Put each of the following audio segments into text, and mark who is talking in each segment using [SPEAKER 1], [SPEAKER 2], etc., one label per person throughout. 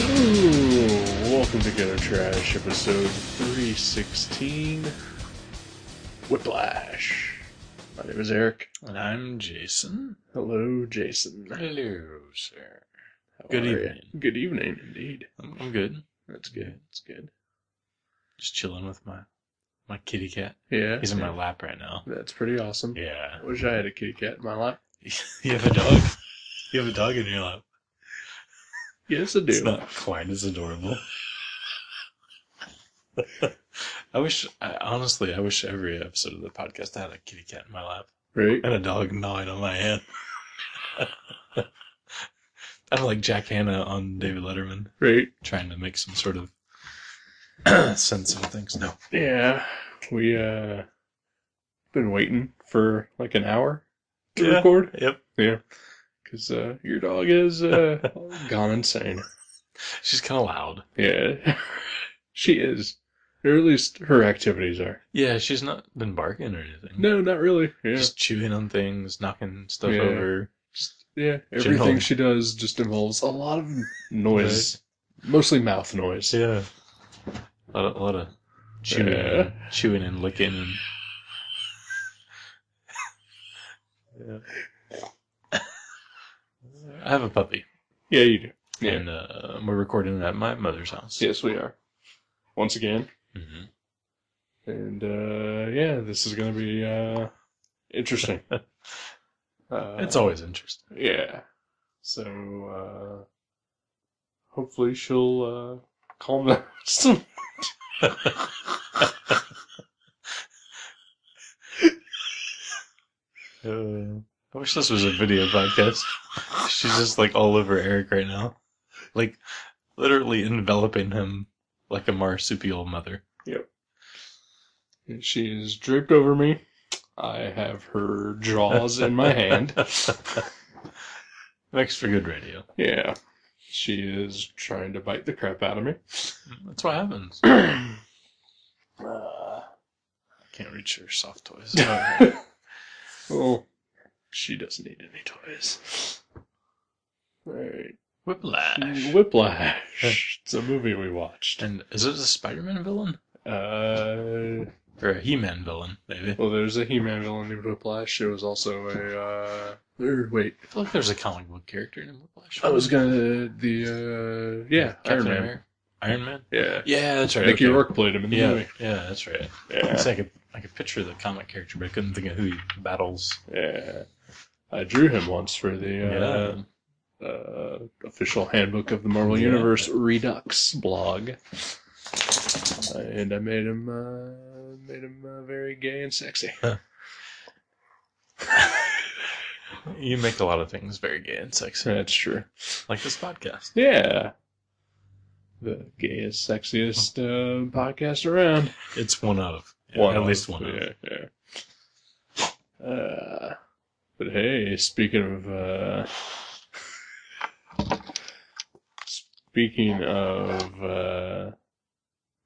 [SPEAKER 1] Ooh, welcome to Gutter Trash, episode 316 Whiplash. My name is Eric.
[SPEAKER 2] And I'm Jason.
[SPEAKER 1] Hello, Jason.
[SPEAKER 2] Hello, sir.
[SPEAKER 1] How are
[SPEAKER 2] Good
[SPEAKER 1] ya?
[SPEAKER 2] evening.
[SPEAKER 1] Good evening, indeed.
[SPEAKER 2] I'm, I'm good.
[SPEAKER 1] That's good. That's good.
[SPEAKER 2] Just chilling with my my kitty cat.
[SPEAKER 1] Yeah.
[SPEAKER 2] He's in my lap right now.
[SPEAKER 1] That's pretty awesome.
[SPEAKER 2] Yeah.
[SPEAKER 1] I wish I had a kitty cat in my life.
[SPEAKER 2] you have a dog. You have a dog in your lap.
[SPEAKER 1] Yes, I
[SPEAKER 2] It's
[SPEAKER 1] do.
[SPEAKER 2] not quite as adorable. I wish, I, honestly, I wish every episode of the podcast I had a kitty cat in my lap
[SPEAKER 1] Right?
[SPEAKER 2] and a dog gnawing on my hand. I'm like Jack Hanna on David Letterman,
[SPEAKER 1] Right?
[SPEAKER 2] trying to make some sort of sense of things. No.
[SPEAKER 1] Yeah. We, uh, been waiting for like an hour to record
[SPEAKER 2] Yep.
[SPEAKER 1] because, uh, your dog is, uh, gone insane.
[SPEAKER 2] She's kind of loud.
[SPEAKER 1] Yeah, she is. Or at least her activities are.
[SPEAKER 2] Yeah, she's not been barking or anything.
[SPEAKER 1] No, not really. Yeah, just,
[SPEAKER 2] Just chewing on things, knocking stuff
[SPEAKER 1] Yeah.
[SPEAKER 2] over.
[SPEAKER 1] yeah. Everything
[SPEAKER 2] General.
[SPEAKER 1] she does just involves a lot of noise, mostly mouth noise.
[SPEAKER 2] Yeah. A lot of, a lot of chewing, and, chewing and licking. And... I have a puppy,
[SPEAKER 1] Yeah, you do. Yeah.
[SPEAKER 2] and uh, we're recording at my mother's house.
[SPEAKER 1] Yes, we are. Once again,
[SPEAKER 2] hmm
[SPEAKER 1] and uh, yeah, this is gonna be uh, interesting. uh,
[SPEAKER 2] It's always interesting.
[SPEAKER 1] yeah. So uh, hopefully she'll uh, calm down. some-
[SPEAKER 2] Uh, I wish this was a video podcast. She's just like all over Eric right now, like literally enveloping him like a marsupial mother.
[SPEAKER 1] She is draped over me. I have her jaws in my hand.
[SPEAKER 2] Makes for good radio.
[SPEAKER 1] Yeah. She is trying to bite the crap out of me.
[SPEAKER 2] That's what happens.
[SPEAKER 1] Uh,
[SPEAKER 2] Can't reach your soft toys. Uh.
[SPEAKER 1] well, Oh. she doesn't need any toys. Alright.
[SPEAKER 2] Whiplash.
[SPEAKER 1] Whiplash. it's a movie we watched.
[SPEAKER 2] And is it a Spider-Man villain
[SPEAKER 1] Uh,
[SPEAKER 2] or a He-Man villain? Maybe.
[SPEAKER 1] well, there's a He-Man villain named Whiplash. There was also a, uh... er, wait.
[SPEAKER 2] I feel like there's a comic book character named Whiplash.
[SPEAKER 1] I was gonna... The, uh... Yeah,
[SPEAKER 2] Captain
[SPEAKER 1] Iron Man.
[SPEAKER 2] America. Iron Man.
[SPEAKER 1] Yeah.
[SPEAKER 2] Yeah, that's right.
[SPEAKER 1] Mickey
[SPEAKER 2] okay.
[SPEAKER 1] Rourke played him in the
[SPEAKER 2] Yeah,
[SPEAKER 1] movie.
[SPEAKER 2] yeah, that's right.
[SPEAKER 1] Yeah.
[SPEAKER 2] So I could I could picture the comic character, but I couldn't think of who he battles.
[SPEAKER 1] Yeah. I drew him once for the, uh... uh, official handbook of the Marvel
[SPEAKER 2] Yeah.
[SPEAKER 1] Universe Redux blog, Uh, and I made him uh, made him uh, very gay and sexy.
[SPEAKER 2] you make a lot of things very gay and sexy,
[SPEAKER 1] That's true.
[SPEAKER 2] like this podcast.
[SPEAKER 1] Yeah, the gayest, sexiest uh, podcast around.
[SPEAKER 2] It's one of at
[SPEAKER 1] of-
[SPEAKER 2] least one of.
[SPEAKER 1] Yeah, yeah. Uh, but hey, speaking of uh, speaking of uh,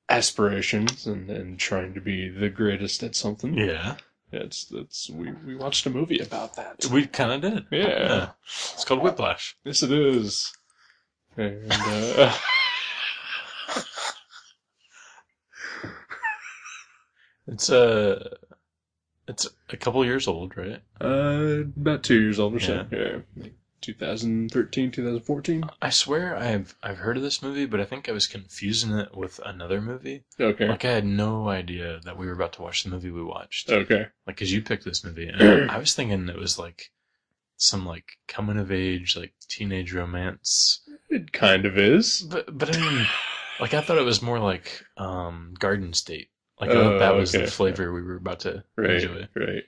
[SPEAKER 1] aspirations and, and trying to be the greatest at something,
[SPEAKER 2] Yeah,
[SPEAKER 1] that's that's we, we watched a movie about that.
[SPEAKER 2] we kind of did.
[SPEAKER 1] Yeah.
[SPEAKER 2] it's called Whiplash.
[SPEAKER 1] Yes, it is. And uh,
[SPEAKER 2] It's a it's a couple years old, right?
[SPEAKER 1] uh, about two years old or so. Yeah. Like 2013, 2014.
[SPEAKER 2] I swear I've I've heard of this movie, but I think I was confusing it with another movie.
[SPEAKER 1] Okay.
[SPEAKER 2] Like I had no idea that we were about to watch the movie we watched.
[SPEAKER 1] Okay.
[SPEAKER 2] like because you picked this movie and i was thinking it was like some like coming of age like teenage romance
[SPEAKER 1] It kind of is.
[SPEAKER 2] but but i mean like i thought it was more like um garden state like I
[SPEAKER 1] Oh,
[SPEAKER 2] thought that was
[SPEAKER 1] okay.
[SPEAKER 2] the flavor we were about to
[SPEAKER 1] Right.
[SPEAKER 2] enjoy
[SPEAKER 1] Right.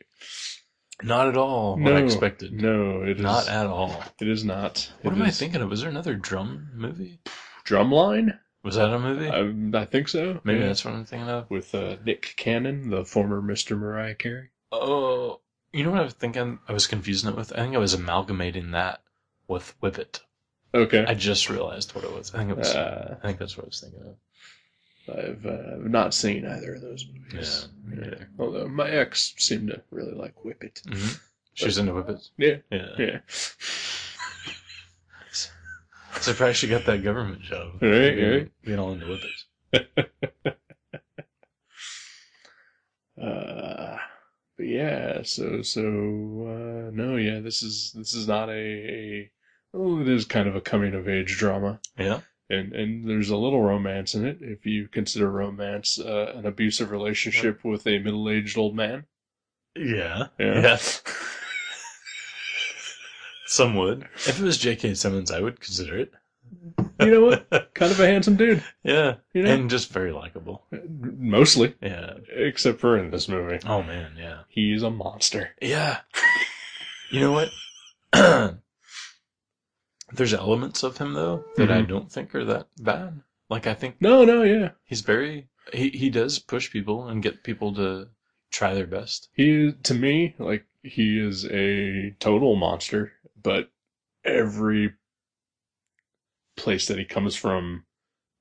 [SPEAKER 2] not at all what i
[SPEAKER 1] No,
[SPEAKER 2] expected
[SPEAKER 1] No, it is
[SPEAKER 2] not at all
[SPEAKER 1] It is not.
[SPEAKER 2] what
[SPEAKER 1] It
[SPEAKER 2] am i
[SPEAKER 1] is
[SPEAKER 2] thinking of was there another drum movie
[SPEAKER 1] Drumline? Um,
[SPEAKER 2] was that a movie
[SPEAKER 1] I, I think so.
[SPEAKER 2] maybe
[SPEAKER 1] Yeah.
[SPEAKER 2] that's what i'm thinking of
[SPEAKER 1] with uh, Nick Cannon, the former Mr. Mariah Carey.
[SPEAKER 2] oh you know what i was thinking i was confusing it with i think i was amalgamating that with whippet
[SPEAKER 1] Okay.
[SPEAKER 2] i just realized what it was i think it was
[SPEAKER 1] uh,
[SPEAKER 2] I think that's what I was thinking of.
[SPEAKER 1] I've uh, not seen either of those movies.
[SPEAKER 2] Yeah, me neither.
[SPEAKER 1] Although my ex seemed to really like Whip It.
[SPEAKER 2] Mm-hmm. She was into whippets.
[SPEAKER 1] Yeah.
[SPEAKER 2] Yeah.
[SPEAKER 1] Yeah.
[SPEAKER 2] Surprised she got that government job.
[SPEAKER 1] Right,
[SPEAKER 2] being,
[SPEAKER 1] right.
[SPEAKER 2] Being all into whippets.
[SPEAKER 1] Uh, but yeah, so so uh, no, yeah, this is this is not a, a oh, it is kind of a coming of age drama,
[SPEAKER 2] Yeah.
[SPEAKER 1] and and there's a little romance in it if you consider romance uh, an abusive relationship with a middle aged old man.
[SPEAKER 2] Yeah.
[SPEAKER 1] Yeah.
[SPEAKER 2] Yeah. Some would. If it was J.K. Simmons, I would consider it.
[SPEAKER 1] You know what? Kind of a handsome dude,
[SPEAKER 2] yeah.
[SPEAKER 1] you know,
[SPEAKER 2] And just very likable.
[SPEAKER 1] mostly
[SPEAKER 2] Yeah.
[SPEAKER 1] except for in this movie,
[SPEAKER 2] Oh, man. Yeah.
[SPEAKER 1] he's a monster.
[SPEAKER 2] Yeah. You know what? There's elements of him, though, that I
[SPEAKER 1] Mhm.
[SPEAKER 2] don't think are that bad. Like, I think
[SPEAKER 1] No, no, yeah,
[SPEAKER 2] he's very. He, he does push people and get people to try their best.
[SPEAKER 1] he to me like he is a total monster but every place that he comes from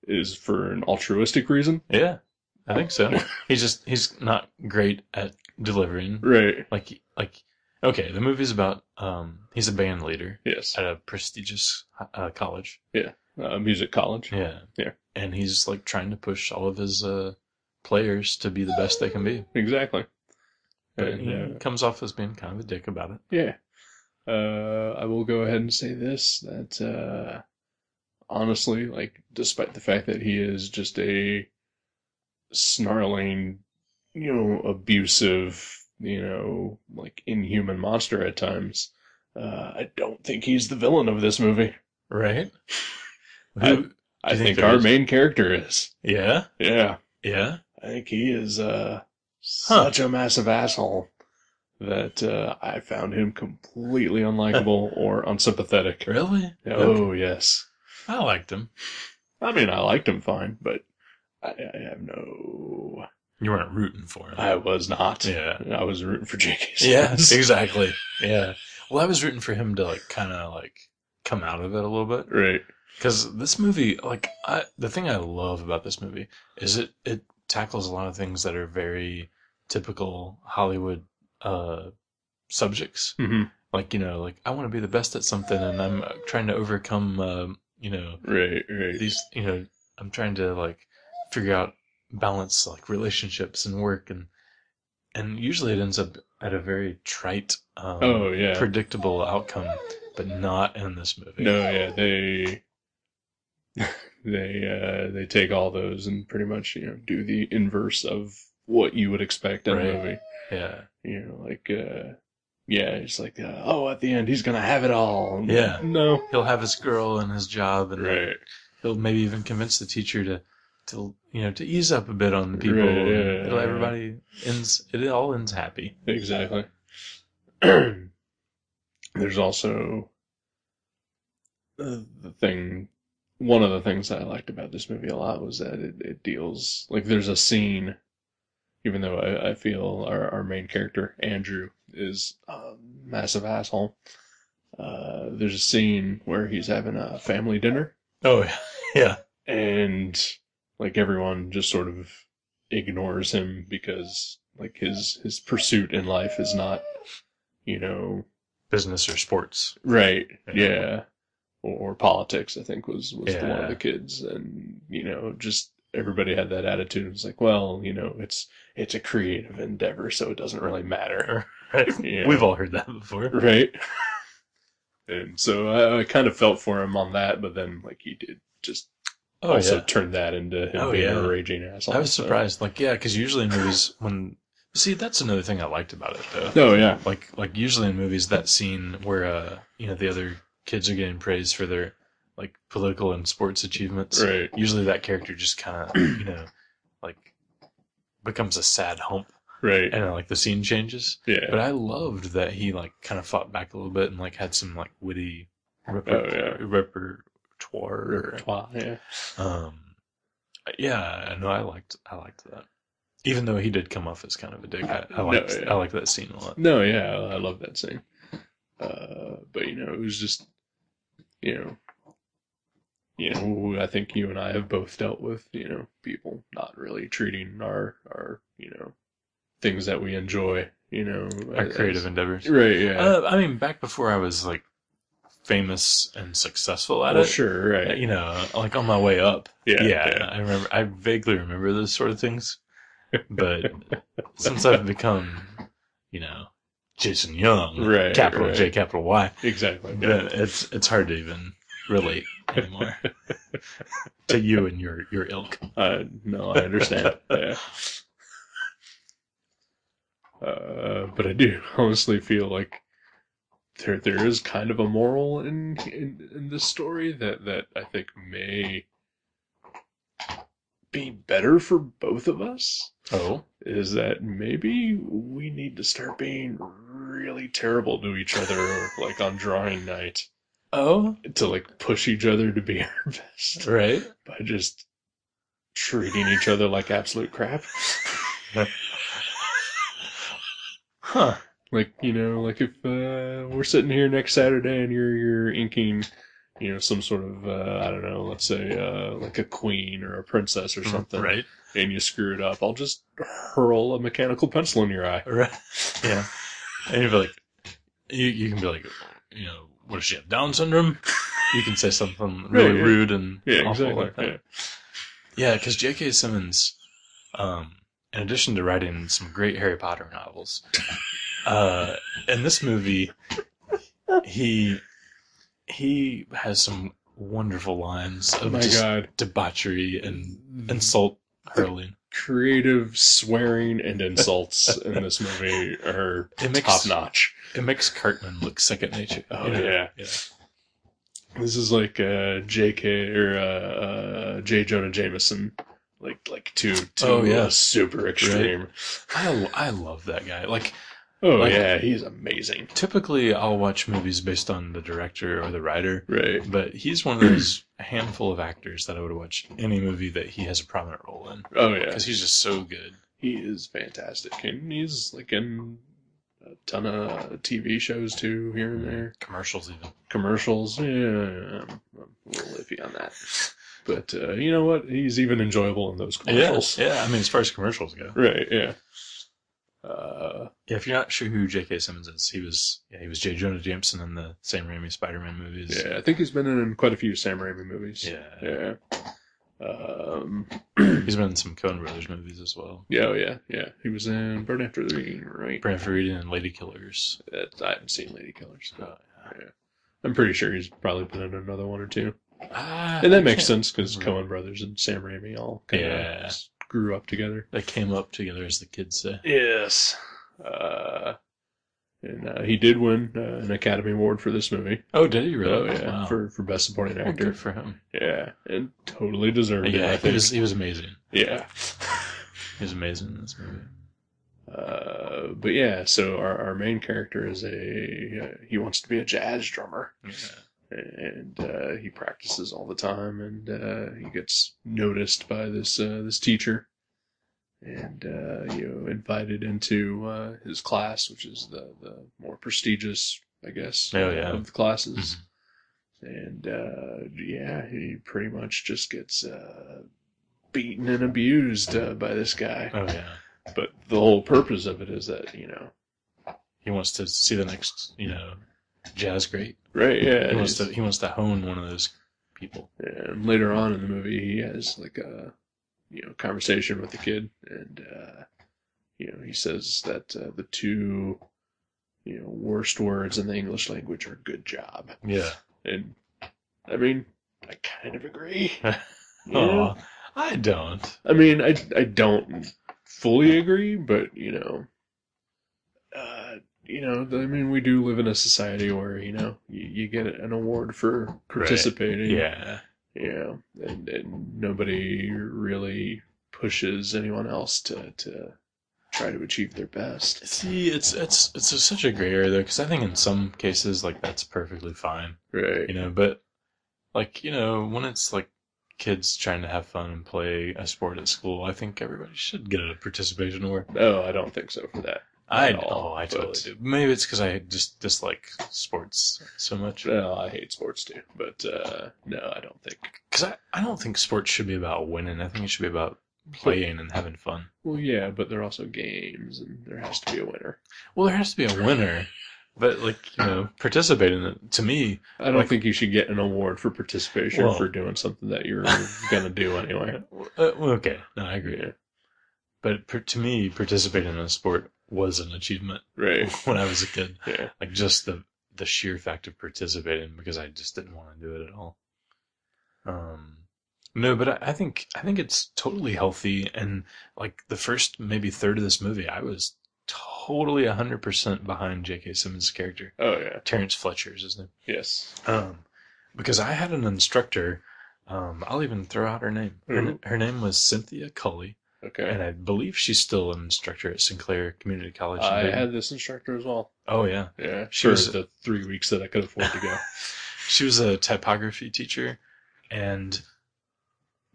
[SPEAKER 1] is for an altruistic reason
[SPEAKER 2] Yeah. I think so. he's just. He's not great at delivering
[SPEAKER 1] right
[SPEAKER 2] like like okay the movie's about um he's a band leader
[SPEAKER 1] yes
[SPEAKER 2] at a prestigious uh, college
[SPEAKER 1] uh, music college
[SPEAKER 2] yeah
[SPEAKER 1] Yeah.
[SPEAKER 2] and he's like trying to push all of his uh players to be the best they can be
[SPEAKER 1] exactly
[SPEAKER 2] but
[SPEAKER 1] And,
[SPEAKER 2] he
[SPEAKER 1] uh,
[SPEAKER 2] comes off as being kind of a dick about it
[SPEAKER 1] yeah uh, i will go ahead and say this that uh, honestly like despite the fact that he is just a snarling you know, abusive, you know, like inhuman monster at times. Uh, I don't think he's the villain of this movie.
[SPEAKER 2] right
[SPEAKER 1] I-
[SPEAKER 2] Who-
[SPEAKER 1] I
[SPEAKER 2] you think
[SPEAKER 1] think,
[SPEAKER 2] there
[SPEAKER 1] our
[SPEAKER 2] is?
[SPEAKER 1] main character is.
[SPEAKER 2] yeah
[SPEAKER 1] Yeah.
[SPEAKER 2] yeah
[SPEAKER 1] I think he is uh, such a massive asshole that uh, I found him completely unlikable or unsympathetic.
[SPEAKER 2] really Okay.
[SPEAKER 1] Oh, yes.
[SPEAKER 2] i liked him
[SPEAKER 1] I mean, I liked him fine, but I, I have no.
[SPEAKER 2] you weren't rooting for him
[SPEAKER 1] I was not.
[SPEAKER 2] yeah
[SPEAKER 1] I was rooting for J.K.
[SPEAKER 2] yeah
[SPEAKER 1] Simmons.
[SPEAKER 2] exactly yeah well i was rooting for him to like kind of like come out of it a little bit
[SPEAKER 1] Right.
[SPEAKER 2] Because this movie, like, I, the thing I love about this movie is it it tackles a lot of things that are very typical Hollywood uh, subjects.
[SPEAKER 1] Mm-hmm.
[SPEAKER 2] Like, you know, like I want to be the best at something, and I'm uh, trying to overcome, um, you know,
[SPEAKER 1] Right. Right.
[SPEAKER 2] these, you know, I'm trying to like figure out balance, like relationships and work, and and usually it ends up at a very trite, um,
[SPEAKER 1] Oh yeah.
[SPEAKER 2] predictable outcome, but not in this movie.
[SPEAKER 1] no, yeah, they they uh they take all those and pretty much, you know, do the inverse of what you would expect in
[SPEAKER 2] Right.
[SPEAKER 1] a movie.
[SPEAKER 2] Yeah.
[SPEAKER 1] You know, like uh yeah, it's like uh, oh at the end he's gonna have it all.
[SPEAKER 2] Yeah.
[SPEAKER 1] No.
[SPEAKER 2] he'll have his girl and his job, and
[SPEAKER 1] Right.
[SPEAKER 2] he'll maybe even convince the teacher to, to you know, to ease up a bit on the people.
[SPEAKER 1] Right,
[SPEAKER 2] and
[SPEAKER 1] yeah,
[SPEAKER 2] it'll-
[SPEAKER 1] yeah.
[SPEAKER 2] everybody ends. It all ends happy.
[SPEAKER 1] Exactly. There's also uh, the thing. One of the things that I liked about this movie a lot was that it, it deals like there's a scene, even though I, I feel our, our main character Andrew is a massive asshole. Uh, there's a scene where he's having a family dinner
[SPEAKER 2] Oh yeah, yeah,
[SPEAKER 1] and like everyone just sort of ignores him because like his his pursuit in life is not you know
[SPEAKER 2] business or sports.
[SPEAKER 1] right
[SPEAKER 2] Yeah.
[SPEAKER 1] yeah or, or politics i think was was the one
[SPEAKER 2] Yeah.
[SPEAKER 1] of the kids and you know just everybody had that attitude it's like well you know it's it's a creative endeavor so it doesn't really matter
[SPEAKER 2] Right?
[SPEAKER 1] Yeah.
[SPEAKER 2] We've all heard that before.
[SPEAKER 1] right and so I, I kind of felt for him on that but then like he did just
[SPEAKER 2] Oh
[SPEAKER 1] also
[SPEAKER 2] yeah,
[SPEAKER 1] turn that into him
[SPEAKER 2] Oh,
[SPEAKER 1] being
[SPEAKER 2] yeah.
[SPEAKER 1] a raging asshole
[SPEAKER 2] I was
[SPEAKER 1] so.
[SPEAKER 2] surprised. Like yeah, because usually in movies when see that's another thing I liked about it though.
[SPEAKER 1] Oh yeah,
[SPEAKER 2] like like usually in movies that scene where uh you know the other kids are getting praised for their like political and sports achievements
[SPEAKER 1] right.
[SPEAKER 2] usually that character just kind of you know like becomes a sad hump
[SPEAKER 1] Right.
[SPEAKER 2] and uh, like the scene changes
[SPEAKER 1] Yeah.
[SPEAKER 2] but i loved that he like kind of fought back a little bit and like had some like witty reper-
[SPEAKER 1] Oh, yeah.
[SPEAKER 2] repertoire
[SPEAKER 1] Repertoire, yeah.
[SPEAKER 2] um yeah i know i liked i liked that even though he did come off as kind of a dick i, I
[SPEAKER 1] No,
[SPEAKER 2] liked
[SPEAKER 1] yeah.
[SPEAKER 2] i liked that scene a lot
[SPEAKER 1] No, yeah, I love that scene. Uh, but you know, it was just, you know, you know, I think you and I have both dealt with, you know, people not really treating our our, you know, things that we enjoy, you know,
[SPEAKER 2] our
[SPEAKER 1] as-
[SPEAKER 2] creative endeavors
[SPEAKER 1] right? Yeah.
[SPEAKER 2] Uh, I mean, back before I was like famous and successful at
[SPEAKER 1] Well,
[SPEAKER 2] it.
[SPEAKER 1] sure, right.
[SPEAKER 2] You know, like on my way up.
[SPEAKER 1] Yeah,
[SPEAKER 2] I remember. I vaguely remember those sort of things, but since I've become, you know, Jason Young,
[SPEAKER 1] Right,
[SPEAKER 2] capital
[SPEAKER 1] right.
[SPEAKER 2] J, capital Y,
[SPEAKER 1] Exactly.
[SPEAKER 2] then it's it's hard to even relate anymore to you and your your ilk.
[SPEAKER 1] Uh, no, I understand. yeah. Uh, but I do honestly feel like there there is kind of a moral in in, in this story that that I think may be better for both of us
[SPEAKER 2] Oh,
[SPEAKER 1] is that maybe we need to start being really terrible to each other like on drawing night
[SPEAKER 2] oh,
[SPEAKER 1] to like push each other to be our best
[SPEAKER 2] right.
[SPEAKER 1] by just treating each other like absolute crap.
[SPEAKER 2] Huh.
[SPEAKER 1] Like you know, like if uh, we're sitting here next Saturday and you're you're inking, you know, some sort of uh, I don't know, let's say uh, like a queen or a princess or something,
[SPEAKER 2] Mm, Right.
[SPEAKER 1] and you screw it up, I'll just hurl a mechanical pencil in your eye.
[SPEAKER 2] Right. Yeah. And you'd be like, you, you can be like, you know, what does she have? Down syndrome? You can say something really
[SPEAKER 1] Yeah, yeah.
[SPEAKER 2] rude and
[SPEAKER 1] Yeah,
[SPEAKER 2] awful
[SPEAKER 1] exactly.
[SPEAKER 2] like that. Yeah, because J.K. Simmons, um, in addition to writing some great Harry Potter novels, uh, in this movie, he he has some wonderful lines
[SPEAKER 1] Oh
[SPEAKER 2] of
[SPEAKER 1] my
[SPEAKER 2] just
[SPEAKER 1] god, Mm-hmm.
[SPEAKER 2] debauchery and insult hurling.
[SPEAKER 1] creative swearing and insults in this movie are
[SPEAKER 2] It makes-
[SPEAKER 1] top notch.
[SPEAKER 2] It makes Cartman look second nature.
[SPEAKER 1] Oh,
[SPEAKER 2] you know?
[SPEAKER 1] yeah. This is like uh, J.K. or uh, uh, J. Jonah Jameson, like like two two
[SPEAKER 2] Oh, yeah.
[SPEAKER 1] super extreme.
[SPEAKER 2] I, I love that guy. Like,
[SPEAKER 1] Oh
[SPEAKER 2] Like-
[SPEAKER 1] yeah, he's amazing.
[SPEAKER 2] typically I'll watch movies based on the director or the writer,
[SPEAKER 1] Right.
[SPEAKER 2] but he's one of those handful of actors that I would watch any movie that he has a prominent role in
[SPEAKER 1] Oh yeah,
[SPEAKER 2] because he's just so good.
[SPEAKER 1] he is fantastic, and he's like in a ton of TV shows too here and there,
[SPEAKER 2] Commercials, even.
[SPEAKER 1] commercials. Yeah, I'm, I'm a little iffy on that, but uh, you know what? He's even enjoyable in those commercials.
[SPEAKER 2] Yeah, yeah. I mean, as far as commercials go,
[SPEAKER 1] Right. Yeah. Uh,
[SPEAKER 2] yeah, if you're not sure who J.K. Simmons is, he was yeah, he was J. Jonah Jameson in the Sam Raimi Spider-Man movies.
[SPEAKER 1] yeah, I think he's been in quite a few Sam Raimi movies.
[SPEAKER 2] yeah.
[SPEAKER 1] Yeah. Um,
[SPEAKER 2] He's been in some Coen Brothers movies as well.
[SPEAKER 1] yeah, oh, yeah, yeah. He was in Burn After the Reading, right?
[SPEAKER 2] Brant Reading and Lady Killers.
[SPEAKER 1] That- I haven't seen Lady Killers.
[SPEAKER 2] Uh,
[SPEAKER 1] Oh, I'm pretty sure he's probably been in another one or two.
[SPEAKER 2] ah,
[SPEAKER 1] And
[SPEAKER 2] I
[SPEAKER 1] that makes
[SPEAKER 2] can't-
[SPEAKER 1] sense because
[SPEAKER 2] Mhm.
[SPEAKER 1] Cohen Brothers and Sam Raimi all kind
[SPEAKER 2] Yeah.
[SPEAKER 1] of grew up together.
[SPEAKER 2] They came up together, as the kids say.
[SPEAKER 1] Yes. Uh, and uh, he did win uh, an Academy Award for this movie.
[SPEAKER 2] Oh, did he really?
[SPEAKER 1] Oh, yeah.
[SPEAKER 2] Wow.
[SPEAKER 1] For, for Best Supporting
[SPEAKER 2] Well,
[SPEAKER 1] Actor.
[SPEAKER 2] good for him.
[SPEAKER 1] Yeah. And totally deserved it,
[SPEAKER 2] Yeah,
[SPEAKER 1] I
[SPEAKER 2] he
[SPEAKER 1] think.
[SPEAKER 2] was he was amazing.
[SPEAKER 1] Yeah.
[SPEAKER 2] He was amazing in this movie.
[SPEAKER 1] Uh, but yeah, so our, our main character is a uh, he wants to be a jazz drummer, and uh, he practices all the time, and uh, he gets noticed by this uh, this teacher, and uh, you know invited into uh, his class, which is the the more prestigious, I guess,
[SPEAKER 2] Oh, yeah.
[SPEAKER 1] of the classes, and uh, yeah, he pretty much just gets uh, beaten and abused uh, by this guy.
[SPEAKER 2] Oh yeah.
[SPEAKER 1] But the whole purpose of it is that, you know.
[SPEAKER 2] He wants to see the next, you know, jazz great.
[SPEAKER 1] Right, yeah.
[SPEAKER 2] He
[SPEAKER 1] and
[SPEAKER 2] wants to
[SPEAKER 1] he's-
[SPEAKER 2] he wants to hone one of those people.
[SPEAKER 1] And later on in the movie, he has like a, you know, conversation with the kid. And, uh, you know, he says that uh, the two, you know, worst words in the English language are good job.
[SPEAKER 2] Yeah.
[SPEAKER 1] And, I mean, I kind of agree.
[SPEAKER 2] Oh, I don't.
[SPEAKER 1] I mean, I, I don't fully agree, but you know, uh, you know, I mean, we do live in a society where you know you, you get an award for participating,
[SPEAKER 2] Yeah.
[SPEAKER 1] you know, and, and nobody really pushes anyone else to to try to achieve their best.
[SPEAKER 2] See, it's it's it's a- such a gray area though, because I think in some cases like that's perfectly fine,
[SPEAKER 1] Right.
[SPEAKER 2] you know. But like you know, when it's like kids trying to have fun and play a sport at school, I think everybody should get a participation award.
[SPEAKER 1] No, Oh, I don't think so for that.
[SPEAKER 2] I
[SPEAKER 1] at all,
[SPEAKER 2] oh, I totally
[SPEAKER 1] but-
[SPEAKER 2] do. Maybe it's because I just dislike sports so much.
[SPEAKER 1] No, I hate sports too, but uh, no, I don't think.
[SPEAKER 2] Because I, I don't think sports should be about winning. I think it should be about playing and having fun.
[SPEAKER 1] Well, yeah, but they're also games, and there has to be a winner.
[SPEAKER 2] Well, there has to be a winner, but like you know, participate in it. To me,
[SPEAKER 1] I don't
[SPEAKER 2] Like-
[SPEAKER 1] think you should get an award for participation
[SPEAKER 2] Well-
[SPEAKER 1] for doing something that you're gonna do anyway.
[SPEAKER 2] uh, okay, no, I agree. But per, to me, participating in a sport was an achievement
[SPEAKER 1] Right.
[SPEAKER 2] when I was a kid.
[SPEAKER 1] Yeah.
[SPEAKER 2] Like just the the sheer fact of participating because I just didn't want to do it at all. Um, no, but I, I think I think it's totally healthy. And like the first maybe third of this movie, I was totally hundred percent behind J.K. Simmons' character,
[SPEAKER 1] Oh yeah.
[SPEAKER 2] Terrence Fletcher is his name.
[SPEAKER 1] Yes.
[SPEAKER 2] Um, because I had an instructor. Um, I'll even throw out her name. Her,
[SPEAKER 1] Who?
[SPEAKER 2] her name was Cynthia Cully,
[SPEAKER 1] Okay.
[SPEAKER 2] and I believe she's still an instructor at Sinclair Community College. in
[SPEAKER 1] I
[SPEAKER 2] Dayton.
[SPEAKER 1] had this instructor as well.
[SPEAKER 2] oh yeah,
[SPEAKER 1] Yeah.
[SPEAKER 2] She
[SPEAKER 1] for
[SPEAKER 2] was-
[SPEAKER 1] the three weeks that I could afford to go.
[SPEAKER 2] she was a typography teacher, and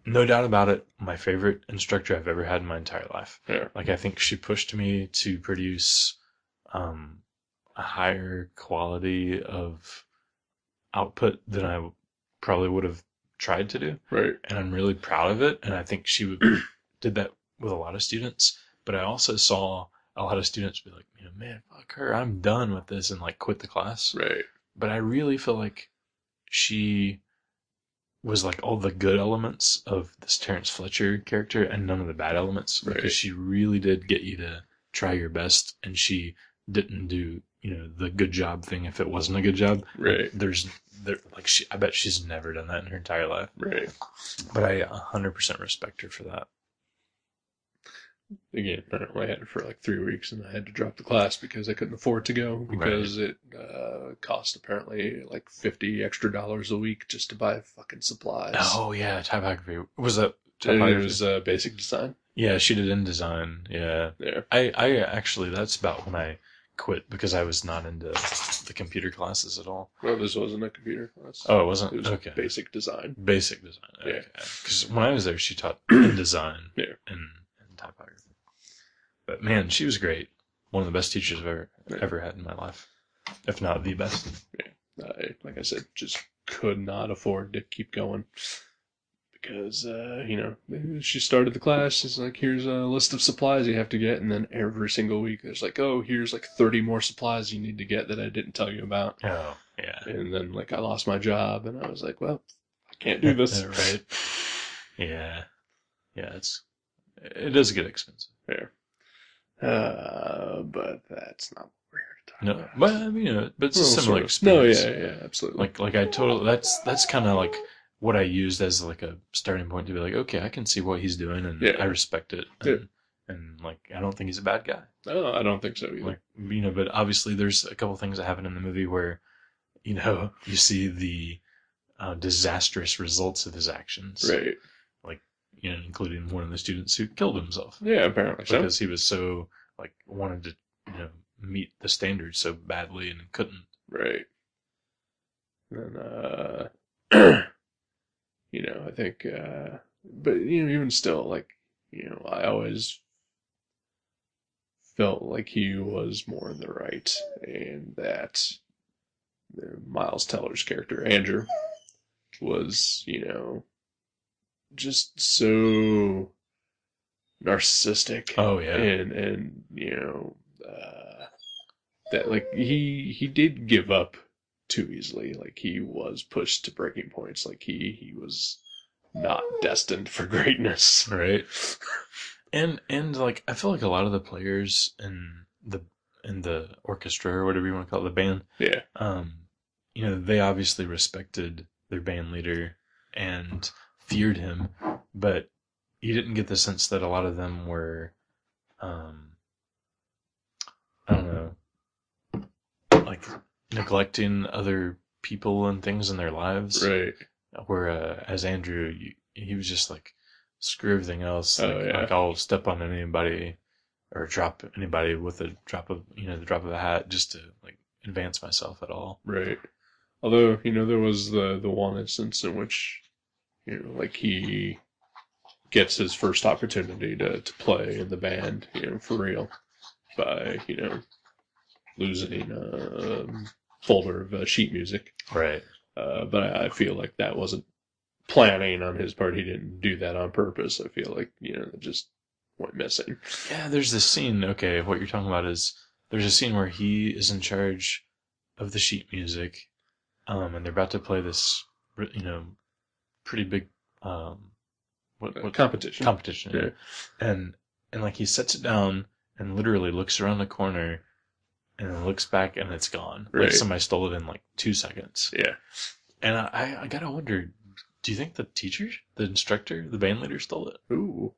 [SPEAKER 2] no doubt about it, my favorite instructor I've ever had in my entire life.
[SPEAKER 1] Yeah.
[SPEAKER 2] Like I think she pushed me to produce um, a higher quality of output than I probably would have tried to do.
[SPEAKER 1] Right.
[SPEAKER 2] and I'm really proud of it. And I think she would, did that with a lot of students. But I also saw a lot of students be like, you know, man, fuck her, I'm done with this, and like quit the class.
[SPEAKER 1] Right.
[SPEAKER 2] But I really feel like she was like all the good elements of this Terrence Fletcher character and none of the bad elements
[SPEAKER 1] Right.
[SPEAKER 2] because she really did get you to try your best, and she didn't do you know the good job thing if it wasn't a good job.
[SPEAKER 1] Right.
[SPEAKER 2] There's there like she, I bet she's never done that in her entire life
[SPEAKER 1] Right.
[SPEAKER 2] but I 100% respect her for that.
[SPEAKER 1] Again, I don't know, I had it for like three weeks, and I had to drop the class because I couldn't afford to go because it uh, cost apparently like fifty extra dollars a week just to buy fucking supplies.
[SPEAKER 2] Oh yeah, typography was that
[SPEAKER 1] And
[SPEAKER 2] typography?
[SPEAKER 1] it was uh, basic design.
[SPEAKER 2] yeah, she did InDesign. Yeah,
[SPEAKER 1] Yeah.
[SPEAKER 2] I I actually that's about when I quit because I was not into the computer classes at all.
[SPEAKER 1] Well, this wasn't a computer class.
[SPEAKER 2] Oh, it wasn't
[SPEAKER 1] it was
[SPEAKER 2] okay.
[SPEAKER 1] basic design.
[SPEAKER 2] Basic design.
[SPEAKER 1] Yeah.
[SPEAKER 2] Because when I was there, she taught InDesign
[SPEAKER 1] Yeah.
[SPEAKER 2] and, and typography. But man, she was great. One of the best teachers I've ever
[SPEAKER 1] Yeah.
[SPEAKER 2] ever had in my life, if not the best.
[SPEAKER 1] I, like I said, just could not afford to keep going because, uh, you know, she started the class. She's like, here's a list of supplies you have to get. And then every single week, there's like, oh, here's like 30 more supplies you need to get that I didn't tell you about.
[SPEAKER 2] Oh yeah.
[SPEAKER 1] And then, like, I lost my job and I was like, well, I can't do this.
[SPEAKER 2] right? Yeah, yeah. It's it does get expensive.
[SPEAKER 1] Uh, but that's not what we're here to talk
[SPEAKER 2] No,
[SPEAKER 1] about.
[SPEAKER 2] but I mean, you know, but it's a
[SPEAKER 1] Well,
[SPEAKER 2] similar
[SPEAKER 1] sort of.
[SPEAKER 2] experience.
[SPEAKER 1] No, yeah, yeah, absolutely.
[SPEAKER 2] Like, like I totally. That's that's kind of like what I used as like a starting point to be like, okay, I can see what he's doing, and
[SPEAKER 1] Yeah.
[SPEAKER 2] I respect it,
[SPEAKER 1] Yeah.
[SPEAKER 2] and, and like I don't think he's a bad guy.
[SPEAKER 1] no, I don't think so either.
[SPEAKER 2] Like you know, but obviously there's a couple things that happen in the movie where, you know, you see the uh, disastrous results of his actions,
[SPEAKER 1] right.
[SPEAKER 2] you know, including one of the students who killed himself.
[SPEAKER 1] Yeah, apparently so.
[SPEAKER 2] because he was so like wanted to you know meet the standards so badly and couldn't.
[SPEAKER 1] Right. And uh, you know, I think, uh, but you know, even still, like, you know, I always felt like he was more in the right, and that the Miles Teller's character Andrew was, you know, just so narcissistic
[SPEAKER 2] Oh yeah,
[SPEAKER 1] and and you know uh, that like he he did give up too easily like he was pushed to breaking points like he he was not destined for greatness
[SPEAKER 2] right. And and like I feel like a lot of the players in the in the orchestra or whatever you want to call it, the band,
[SPEAKER 1] yeah
[SPEAKER 2] um, you know, they obviously respected their band leader and feared him, but you didn't get the sense that a lot of them were, um, I don't know, like neglecting other people and things in their lives.
[SPEAKER 1] right
[SPEAKER 2] Where uh, as Andrew, you, he was just like, screw everything else.
[SPEAKER 1] Oh,
[SPEAKER 2] like,
[SPEAKER 1] yeah.
[SPEAKER 2] like I'll step on anybody or drop anybody with a drop of you know the drop of a hat just to like advance myself at all.
[SPEAKER 1] right although you know there was the the one instance in which you know like he gets his first opportunity to to play in the band you know for real by you know losing a folder of uh, sheet music
[SPEAKER 2] Right.
[SPEAKER 1] Uh, but I, I feel like that wasn't planning on his part. He didn't do that on purpose. I feel like, you know, it just went missing.
[SPEAKER 2] Yeah, there's this scene. Okay, what you're talking about is there's a scene where he is in charge of the sheet music, um, and they're about to play this, re- you know, pretty big, um, what, what
[SPEAKER 1] competition.
[SPEAKER 2] competition,
[SPEAKER 1] Yeah.
[SPEAKER 2] and and like he sets it down and literally looks around the corner, and then looks back and it's gone. Like
[SPEAKER 1] Right.
[SPEAKER 2] somebody stole it in like two seconds.
[SPEAKER 1] yeah.
[SPEAKER 2] And I- I, I gotta wonder, do you think the teacher, the instructor, the band leader stole it?
[SPEAKER 1] Ooh.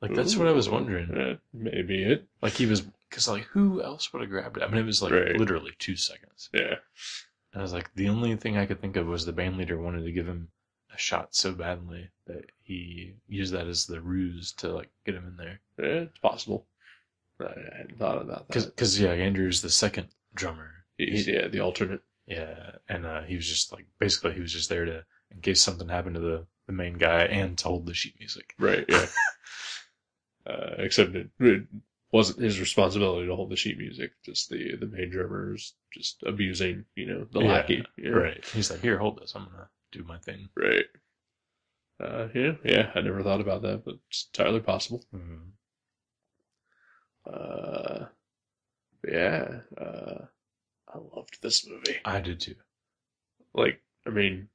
[SPEAKER 2] Like that's what I was
[SPEAKER 1] Ooh.
[SPEAKER 2] wondering.
[SPEAKER 1] That may be it.
[SPEAKER 2] Like he was, because like who else would have grabbed it? I mean, it was like
[SPEAKER 1] Right.
[SPEAKER 2] literally two seconds.
[SPEAKER 1] Yeah.
[SPEAKER 2] And I was like, the only thing I could think of was the band leader wanted to give him a shot so badly that he used that as the ruse to like get him in there.
[SPEAKER 1] yeah it's possible. I I hadn't thought about that.
[SPEAKER 2] Because yeah, Andrew's the second drummer.
[SPEAKER 1] He's,
[SPEAKER 2] He-
[SPEAKER 1] yeah, the alternate.
[SPEAKER 2] yeah, and uh, he was just like basically he was just there to in case something happened to the the main guy and to hold the sheet music.
[SPEAKER 1] Right, yeah. uh, except it, it wasn't his responsibility to hold the sheet music, just the, the main drummer's just abusing, you know, the
[SPEAKER 2] Yeah,
[SPEAKER 1] lackey. Yeah.
[SPEAKER 2] Right. He's like, here, hold this. I'm gonna do my thing.
[SPEAKER 1] Right. Uh, yeah, yeah, I never thought about that, but it's entirely possible.
[SPEAKER 2] Mhm.
[SPEAKER 1] Uh, yeah, uh, I loved this movie.
[SPEAKER 2] I did too.
[SPEAKER 1] Like, I mean,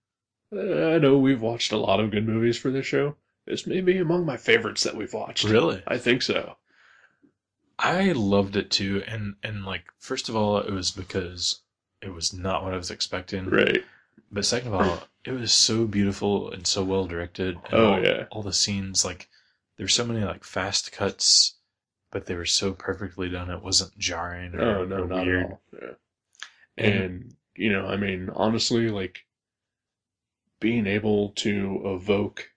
[SPEAKER 1] uh, I know we've watched a lot of good movies for this show. This may be among my favorites that we've watched.
[SPEAKER 2] Really?
[SPEAKER 1] I think so.
[SPEAKER 2] I loved it too, and and like first of all, it was because it was not what I was expecting.
[SPEAKER 1] Right.
[SPEAKER 2] But second of all, it was so beautiful and so well directed. And
[SPEAKER 1] Oh,
[SPEAKER 2] all,
[SPEAKER 1] yeah.
[SPEAKER 2] all the scenes like there's so many like fast cuts, but they were so perfectly done. It wasn't jarring or,
[SPEAKER 1] Oh no,
[SPEAKER 2] or
[SPEAKER 1] not
[SPEAKER 2] weird.
[SPEAKER 1] at all. Yeah.
[SPEAKER 2] And-
[SPEAKER 1] And you know, I mean, honestly, like being able to evoke,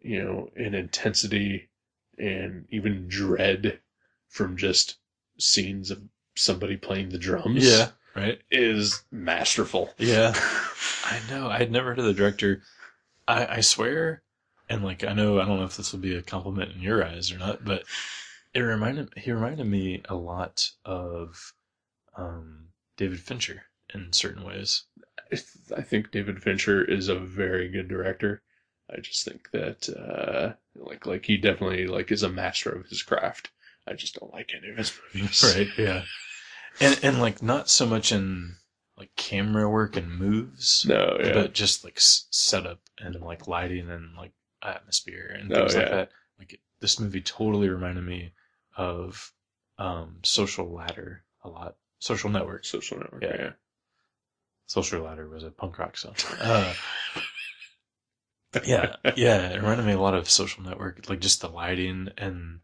[SPEAKER 1] you know, an intensity and even dread from just scenes of somebody playing the drums,
[SPEAKER 2] Yeah, right.
[SPEAKER 1] is masterful.
[SPEAKER 2] Yeah, I know. I had never heard of the director. I, I swear, and like I know, I don't know if this will be a compliment in your eyes or not, but it reminded he reminded me a lot of um, David Fincher in certain ways.
[SPEAKER 1] I think David Fincher is a very good director. I just think that uh, like like he definitely like is a master of his craft. I just don't like any of his movies.
[SPEAKER 2] Yeah. And and like not so much in like camera work and moves,
[SPEAKER 1] No, Oh, yeah.
[SPEAKER 2] but just like s- setup and like lighting and like atmosphere and
[SPEAKER 1] Oh,
[SPEAKER 2] things like
[SPEAKER 1] yeah.
[SPEAKER 2] that. Like it, this movie totally reminded me of um, Social Ladder a lot. Social Network.
[SPEAKER 1] social network.
[SPEAKER 2] Yeah.
[SPEAKER 1] Yeah.
[SPEAKER 2] Social Ladder was a punk rock song. Uh, yeah, yeah, it reminded me a lot of Social Network, like just the lighting and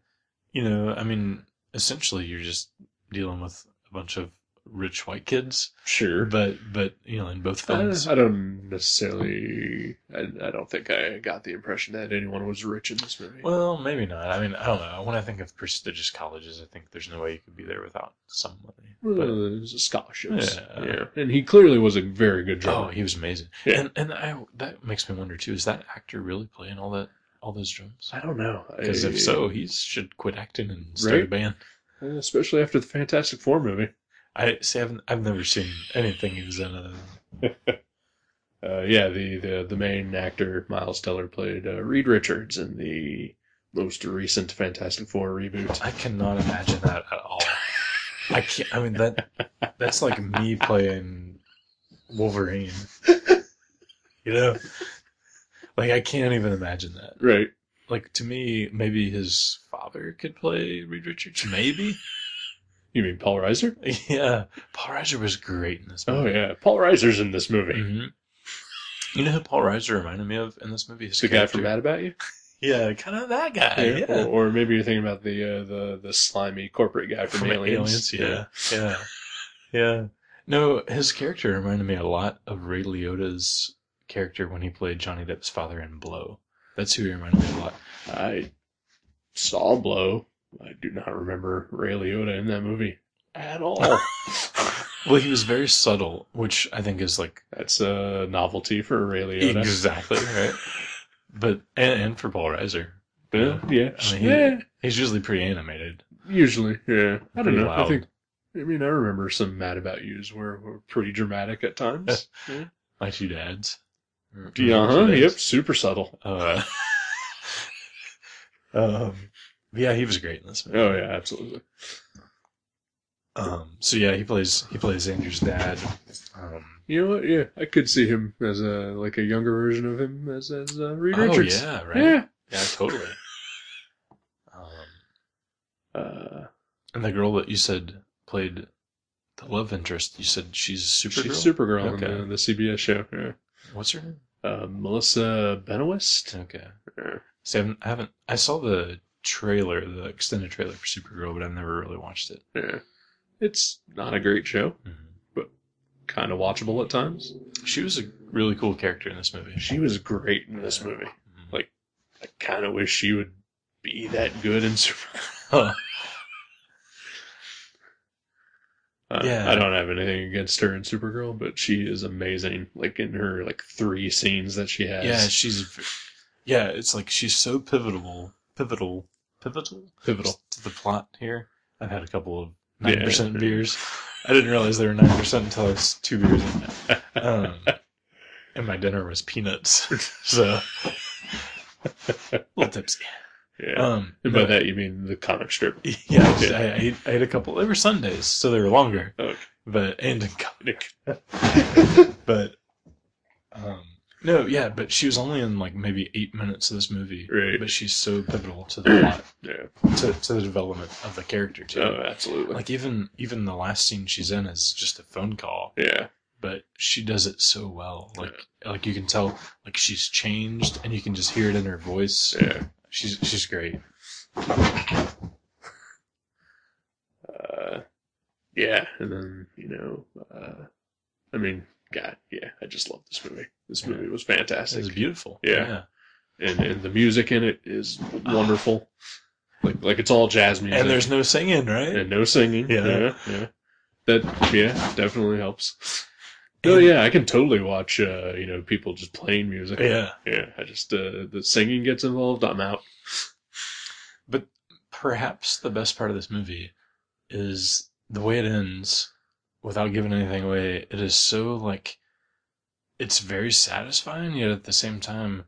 [SPEAKER 2] you know, I mean, essentially you're just dealing with a bunch of rich white kids,
[SPEAKER 1] Sure. But um,
[SPEAKER 2] but but you know, in both films,
[SPEAKER 1] Uh, I, I don't necessarily. I, I don't think I got the impression that anyone was rich in this movie.
[SPEAKER 2] Well, maybe not. I mean, I don't know. When I think of prestigious colleges, I think there's no way you could be there without some money. But,
[SPEAKER 1] Well, it was a scholarships.
[SPEAKER 2] Yeah.
[SPEAKER 1] And he clearly was a very good
[SPEAKER 2] oh,
[SPEAKER 1] drummer.
[SPEAKER 2] he was amazing.
[SPEAKER 1] Yeah.
[SPEAKER 2] And and I that makes me wonder too. Is that actor really playing all that all those drums?
[SPEAKER 1] I don't know.
[SPEAKER 2] Because
[SPEAKER 1] I-
[SPEAKER 2] if so, he should quit acting and start a
[SPEAKER 1] Right?
[SPEAKER 2] band.
[SPEAKER 1] uh, especially after the Fantastic Four movie.
[SPEAKER 2] I see. I've I've never seen anything he was in. Other than,
[SPEAKER 1] Uh, yeah, the, the the main actor Miles Teller played uh, Reed Richards in the most recent Fantastic Four reboot.
[SPEAKER 2] I cannot imagine that at all. I can't. I mean that that's like me playing Wolverine. You know, like I can't even imagine that.
[SPEAKER 1] Right.
[SPEAKER 2] like to me, maybe his father could play Reed Richards. Maybe.
[SPEAKER 1] You mean Paul Reiser?
[SPEAKER 2] yeah, Paul Reiser was great in this
[SPEAKER 1] Oh
[SPEAKER 2] movie.
[SPEAKER 1] yeah, Paul Reiser's in this movie.
[SPEAKER 2] Mhm. You know who Paul Reiser reminded me of in this movie? His
[SPEAKER 1] It's the guy
[SPEAKER 2] character-
[SPEAKER 1] from Mad About You.
[SPEAKER 2] Yeah, kind of that guy.
[SPEAKER 1] Yeah,
[SPEAKER 2] Yeah.
[SPEAKER 1] Or, or maybe you're thinking about the uh, the the slimy corporate guy from, Aliens.
[SPEAKER 2] Yeah. Yeah. Yeah. No, his character reminded me a lot of Ray Liotta's character when he played Johnny Depp's father in Blow. That's who he reminded me a lot.
[SPEAKER 1] I saw Blow. I do not remember Ray Liotta in that movie at all.
[SPEAKER 2] Well, he was very subtle, which I think is like
[SPEAKER 1] That's a novelty for Ray Liotta.
[SPEAKER 2] Exactly right. But and, and for Paul Reiser,
[SPEAKER 1] Yeah, yeah.
[SPEAKER 2] I mean, he-
[SPEAKER 1] yeah,
[SPEAKER 2] he's usually pretty animated.
[SPEAKER 1] usually. Yeah, I don't
[SPEAKER 2] Pretty
[SPEAKER 1] know.
[SPEAKER 2] loud.
[SPEAKER 1] I think. I mean, I remember some Mad About Yous were, were pretty dramatic at times. yeah.
[SPEAKER 2] My two dads. Or-
[SPEAKER 1] Yeah,
[SPEAKER 2] or
[SPEAKER 1] huh?
[SPEAKER 2] two
[SPEAKER 1] Yep.
[SPEAKER 2] dads.
[SPEAKER 1] Super subtle.
[SPEAKER 2] Uh, um, yeah, he was great in this movie.
[SPEAKER 1] Oh yeah, absolutely.
[SPEAKER 2] Um, so yeah, he plays he plays Andrew's dad. Um,
[SPEAKER 1] You know what? Yeah, I could see him as a like a younger version of him as as uh, Reed
[SPEAKER 2] oh
[SPEAKER 1] Richards.
[SPEAKER 2] yeah, right.
[SPEAKER 1] Yeah.
[SPEAKER 2] Yeah, totally. um,
[SPEAKER 1] Uh,
[SPEAKER 2] and the girl that you said played the love interest, you said she's Supergirl.
[SPEAKER 1] she's Supergirl on
[SPEAKER 2] Okay.
[SPEAKER 1] the, the CBS show. Yeah.
[SPEAKER 2] What's her name?
[SPEAKER 1] Uh, Melissa Benoist.
[SPEAKER 2] Okay.
[SPEAKER 1] Yeah.
[SPEAKER 2] See, I haven't, I haven't. I saw the trailer, the extended trailer for Supergirl, but I've never really watched it.
[SPEAKER 1] Yeah. It's not a great show.
[SPEAKER 2] Mm-hmm.
[SPEAKER 1] Kind of watchable at times.
[SPEAKER 2] She was a really cool character in this movie.
[SPEAKER 1] She was great in this movie. I kind of wish she would be that good in Supergirl. Uh,
[SPEAKER 2] Yeah.
[SPEAKER 1] I don't have anything against her in Supergirl, but she is amazing. Like in her like three scenes that she has,
[SPEAKER 2] yeah, she's. v- Yeah, it's like she's so pivotal, pivotal, pivotal
[SPEAKER 1] pivotal.
[SPEAKER 2] to the plot here. I've had a couple of nine percent
[SPEAKER 1] Yeah.
[SPEAKER 2] beers. I didn't realize they were nine percent until I was two beers in. Um, and my dinner was peanuts, so a little tipsy.
[SPEAKER 1] Yeah.
[SPEAKER 2] Um,
[SPEAKER 1] and by
[SPEAKER 2] no,
[SPEAKER 1] that you mean the comic strip?
[SPEAKER 2] Yeah, I, I, ate, I ate a couple. They were Sundays, so they were longer.
[SPEAKER 1] Okay.
[SPEAKER 2] But and
[SPEAKER 1] Nick.
[SPEAKER 2] but um, no, yeah. But she was only in like maybe eight minutes of this movie.
[SPEAKER 1] Right.
[SPEAKER 2] But she's so pivotal to the plot,
[SPEAKER 1] Yeah.
[SPEAKER 2] to, to the development of the character too.
[SPEAKER 1] Oh, absolutely.
[SPEAKER 2] Like even even the last scene she's in is just a phone call,
[SPEAKER 1] yeah.
[SPEAKER 2] but she does it so well. Like like you can tell like she's changed, and you can just hear it in her voice.
[SPEAKER 1] Yeah.
[SPEAKER 2] She's she's great.
[SPEAKER 1] uh, yeah, and then you know, uh, I mean, God, yeah, I just love this movie. This
[SPEAKER 2] Yeah.
[SPEAKER 1] movie was fantastic,
[SPEAKER 2] It's beautiful.
[SPEAKER 1] Yeah. and and the music in it is wonderful. like like it's all jazz music,
[SPEAKER 2] Ah. And there's no singing, right?
[SPEAKER 1] and no singing.
[SPEAKER 2] Yeah.
[SPEAKER 1] yeah, yeah. that yeah definitely helps. No, yeah, I can totally watch uh, you know people just playing music.
[SPEAKER 2] Yeah.
[SPEAKER 1] yeah. I just uh, the singing gets involved. I'm out.
[SPEAKER 2] Perhaps the best part of this movie is the way it ends without giving anything away. It is so like it's very satisfying, yet at the same time,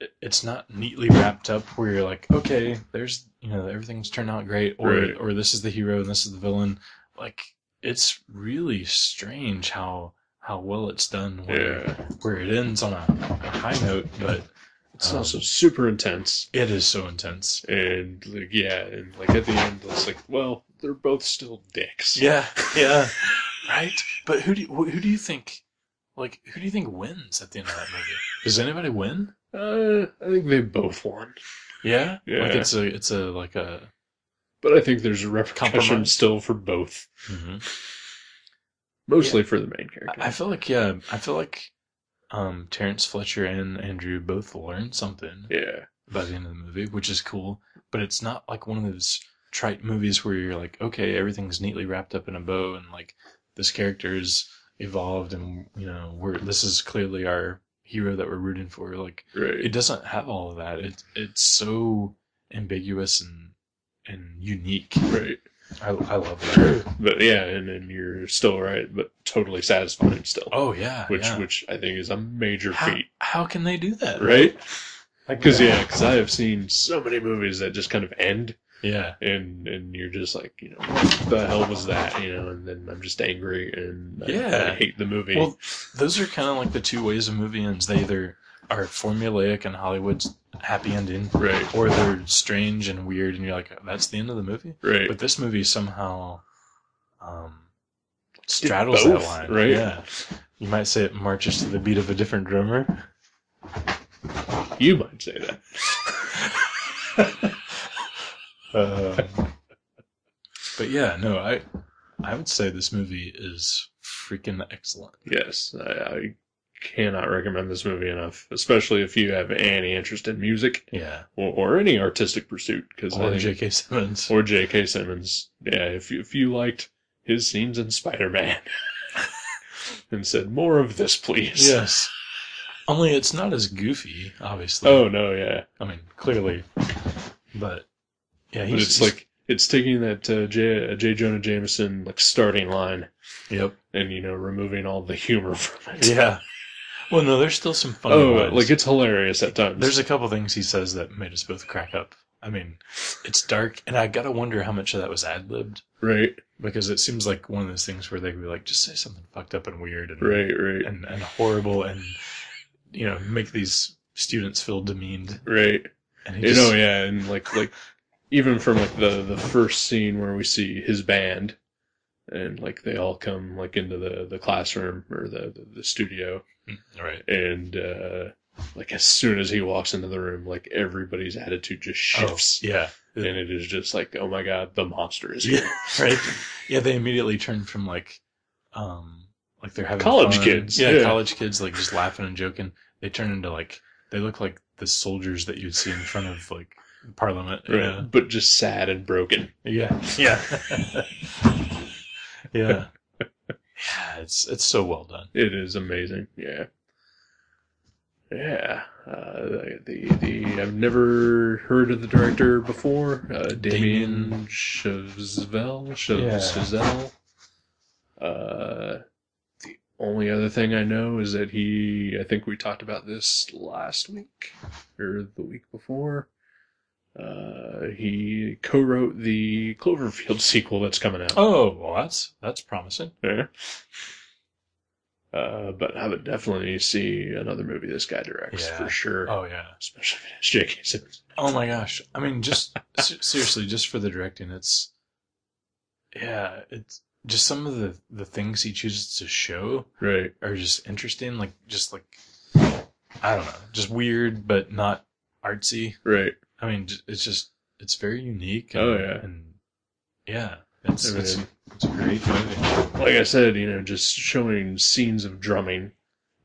[SPEAKER 2] it- it's not neatly wrapped up where you're like, okay, there's you know everything's turned out great, or
[SPEAKER 1] Right.
[SPEAKER 2] or this is the hero and this is the villain. Like it's really strange how how well it's done where
[SPEAKER 1] Yeah,
[SPEAKER 2] where it ends on a, a high note, but
[SPEAKER 1] it's
[SPEAKER 2] Um,
[SPEAKER 1] also super intense.
[SPEAKER 2] it is so intense.
[SPEAKER 1] And like yeah, and like at the end, it's like, well, they're both still dicks.
[SPEAKER 2] Yeah, yeah, right. But who do you, who do you think, like, who do you think wins at the end of that movie? Does anybody win?
[SPEAKER 1] uh, I think they both won,
[SPEAKER 2] Yeah,
[SPEAKER 1] Yeah.
[SPEAKER 2] Like it's a it's a like a
[SPEAKER 1] but I think there's a repercussion
[SPEAKER 2] Compromise.
[SPEAKER 1] still for both,
[SPEAKER 2] Mm-hmm.
[SPEAKER 1] mostly for the main character.
[SPEAKER 2] I I feel like yeah, I feel like um Terrence Fletcher and Andrew both learned something
[SPEAKER 1] yeah,
[SPEAKER 2] by the end of the movie, which is cool. But it's not like one of those trite movies where you're like, okay, everything's neatly wrapped up in a bow, and like this character is evolved, and you know, we're this is clearly our hero that we're rooting for. Like
[SPEAKER 1] right.
[SPEAKER 2] it doesn't have all of that. It it's so ambiguous and and unique.
[SPEAKER 1] Right,
[SPEAKER 2] I I love that.
[SPEAKER 1] but yeah, and then you're still right, but totally satisfying still,
[SPEAKER 2] Oh yeah,
[SPEAKER 1] which
[SPEAKER 2] yeah.
[SPEAKER 1] which I think is a major
[SPEAKER 2] how,
[SPEAKER 1] feat,
[SPEAKER 2] how can they do that?
[SPEAKER 1] right?
[SPEAKER 2] Like,
[SPEAKER 1] Because yeah, because I have seen so many movies that just kind of end,
[SPEAKER 2] yeah,
[SPEAKER 1] and and you're just like, you know, what the hell was that, you know? And then I'm just angry and I-
[SPEAKER 2] Yeah.
[SPEAKER 1] I hate the movie.
[SPEAKER 2] Well, those are kind of like the two ways a movie ends. They either are formulaic and Hollywood's happy ending,
[SPEAKER 1] right,
[SPEAKER 2] or they're strange and weird, and you're like, that's the end of the movie.
[SPEAKER 1] right.
[SPEAKER 2] But this movie somehow um, straddles
[SPEAKER 1] both,
[SPEAKER 2] that line,
[SPEAKER 1] right?
[SPEAKER 2] Yeah, you might say it marches to the beat of a different drummer.
[SPEAKER 1] you might say that.
[SPEAKER 2] Um, but yeah, no, I I would say this movie is freaking excellent.
[SPEAKER 1] Yes, I, I cannot recommend this movie enough, especially if you have any interest in music
[SPEAKER 2] Yeah,
[SPEAKER 1] or, or any artistic pursuit. Because
[SPEAKER 2] or J.K. Simmons.
[SPEAKER 1] or J.K. Simmons. Yeah, if you, if you liked his scenes in Spider Man, and said more of this, please.
[SPEAKER 2] Yes. Only it's not as goofy, obviously.
[SPEAKER 1] Oh no, yeah,
[SPEAKER 2] I mean, clearly. But yeah,
[SPEAKER 1] but it's like it's taking that uh, J. J. Jonah Jameson like starting line
[SPEAKER 2] yep,
[SPEAKER 1] and you know removing all the humor from it.
[SPEAKER 2] yeah. Well, no, there's still some funny.
[SPEAKER 1] Oh,
[SPEAKER 2] lines.
[SPEAKER 1] like it's hilarious at times.
[SPEAKER 2] there's a couple things he says that made us both crack up. I mean, it's dark, and I gotta wonder how much of that was ad libbed
[SPEAKER 1] Right,
[SPEAKER 2] because it seems like one of those things where they could be like, just say something fucked up and weird and
[SPEAKER 1] right, right,
[SPEAKER 2] and, and horrible, and you know, make these students feel demeaned.
[SPEAKER 1] right.
[SPEAKER 2] And he
[SPEAKER 1] You
[SPEAKER 2] just,
[SPEAKER 1] know, yeah, and like like even from like the the first scene where we see his band and like they all come like into the the classroom or the the, the studio
[SPEAKER 2] Mm, right?
[SPEAKER 1] and uh like as soon as he walks into the room like everybody's attitude just shifts
[SPEAKER 2] Oh, yeah,
[SPEAKER 1] and it is just like oh my god the monster is here
[SPEAKER 2] yeah, right. Yeah, they immediately turn from like, um, like they're having
[SPEAKER 1] College
[SPEAKER 2] fun.
[SPEAKER 1] kids,
[SPEAKER 2] Yeah,
[SPEAKER 1] yeah.
[SPEAKER 2] college kids, like just laughing and joking. They turn into like they look like the soldiers that you'd see in front of like Parliament.
[SPEAKER 1] right but just sad and broken
[SPEAKER 2] Yeah, yeah, yeah, yeah. Yeah, it's it's so well done.
[SPEAKER 1] it is amazing yeah yeah uh the the i've never heard of the director before uh damien
[SPEAKER 2] Damien.
[SPEAKER 1] chazelle Chav-
[SPEAKER 2] Yeah.
[SPEAKER 1] Chazelle. uh the only other thing i know is that he i think we talked about this last week or the week before uh he co-wrote the cloverfield sequel that's coming out
[SPEAKER 2] Oh, well, that's that's promising.
[SPEAKER 1] yeah. Uh, but I would definitely see another movie this guy directs
[SPEAKER 2] Yeah.
[SPEAKER 1] for sure.
[SPEAKER 2] Oh yeah.
[SPEAKER 1] Especially if it's J.K. Simmons.
[SPEAKER 2] Oh my gosh. I mean, just se- seriously, just for the directing, it's yeah, it's just some of the the things he chooses to show
[SPEAKER 1] Right.
[SPEAKER 2] are just interesting. Like just like I don't know, just weird but not artsy.
[SPEAKER 1] Right.
[SPEAKER 2] I mean, ju- it's just it's very unique.
[SPEAKER 1] Oh, yeah.
[SPEAKER 2] and yeah, it's
[SPEAKER 1] I
[SPEAKER 2] it's,
[SPEAKER 1] mean-
[SPEAKER 2] it's a great movie.
[SPEAKER 1] Like I said, you know, just showing scenes of drumming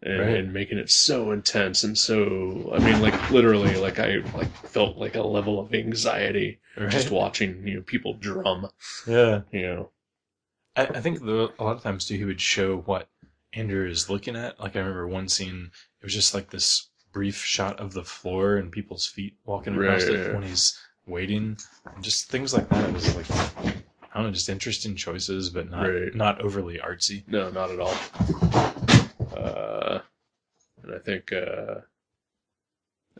[SPEAKER 1] and,
[SPEAKER 2] Right.
[SPEAKER 1] and making it so intense and so. I mean, like literally, like I like felt like a level of anxiety just
[SPEAKER 2] Right?
[SPEAKER 1] watching you know people drum.
[SPEAKER 2] Yeah,
[SPEAKER 1] You know.
[SPEAKER 2] I, I think the, a lot of times too, he would show what Andrew is looking at. Like I remember one scene, it was just like this brief shot of the floor and people's feet walking across
[SPEAKER 1] Right,
[SPEAKER 2] it
[SPEAKER 1] yeah.
[SPEAKER 2] when he's waiting, and just things like that. It was like I don't know, just interesting choices, but not
[SPEAKER 1] Right.
[SPEAKER 2] not overly artsy.
[SPEAKER 1] No, not at all. Uh, and I think uh,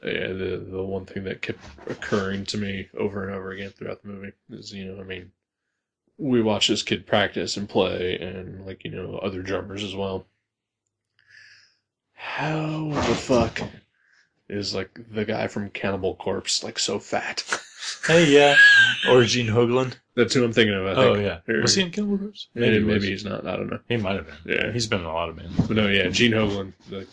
[SPEAKER 1] yeah, the the one thing that kept occurring to me over and over again throughout the movie is, you know, I mean, we watch this kid practice and play, and like you know, other drummers as well. How the fuck is like the guy from Cannibal Corpse like so fat?
[SPEAKER 2] Hey, yeah, or Gene Hoglan.
[SPEAKER 1] That's who I'm thinking of. I
[SPEAKER 2] Oh
[SPEAKER 1] think.
[SPEAKER 2] yeah,
[SPEAKER 1] Or-
[SPEAKER 2] was he in Cannibal Corpse?
[SPEAKER 1] Maybe,
[SPEAKER 2] he was.
[SPEAKER 1] maybe he's not. I don't know.
[SPEAKER 2] he might have been.
[SPEAKER 1] Yeah.
[SPEAKER 2] he's been in a lot of bands.
[SPEAKER 1] But no, yeah, Gene Hoglan, like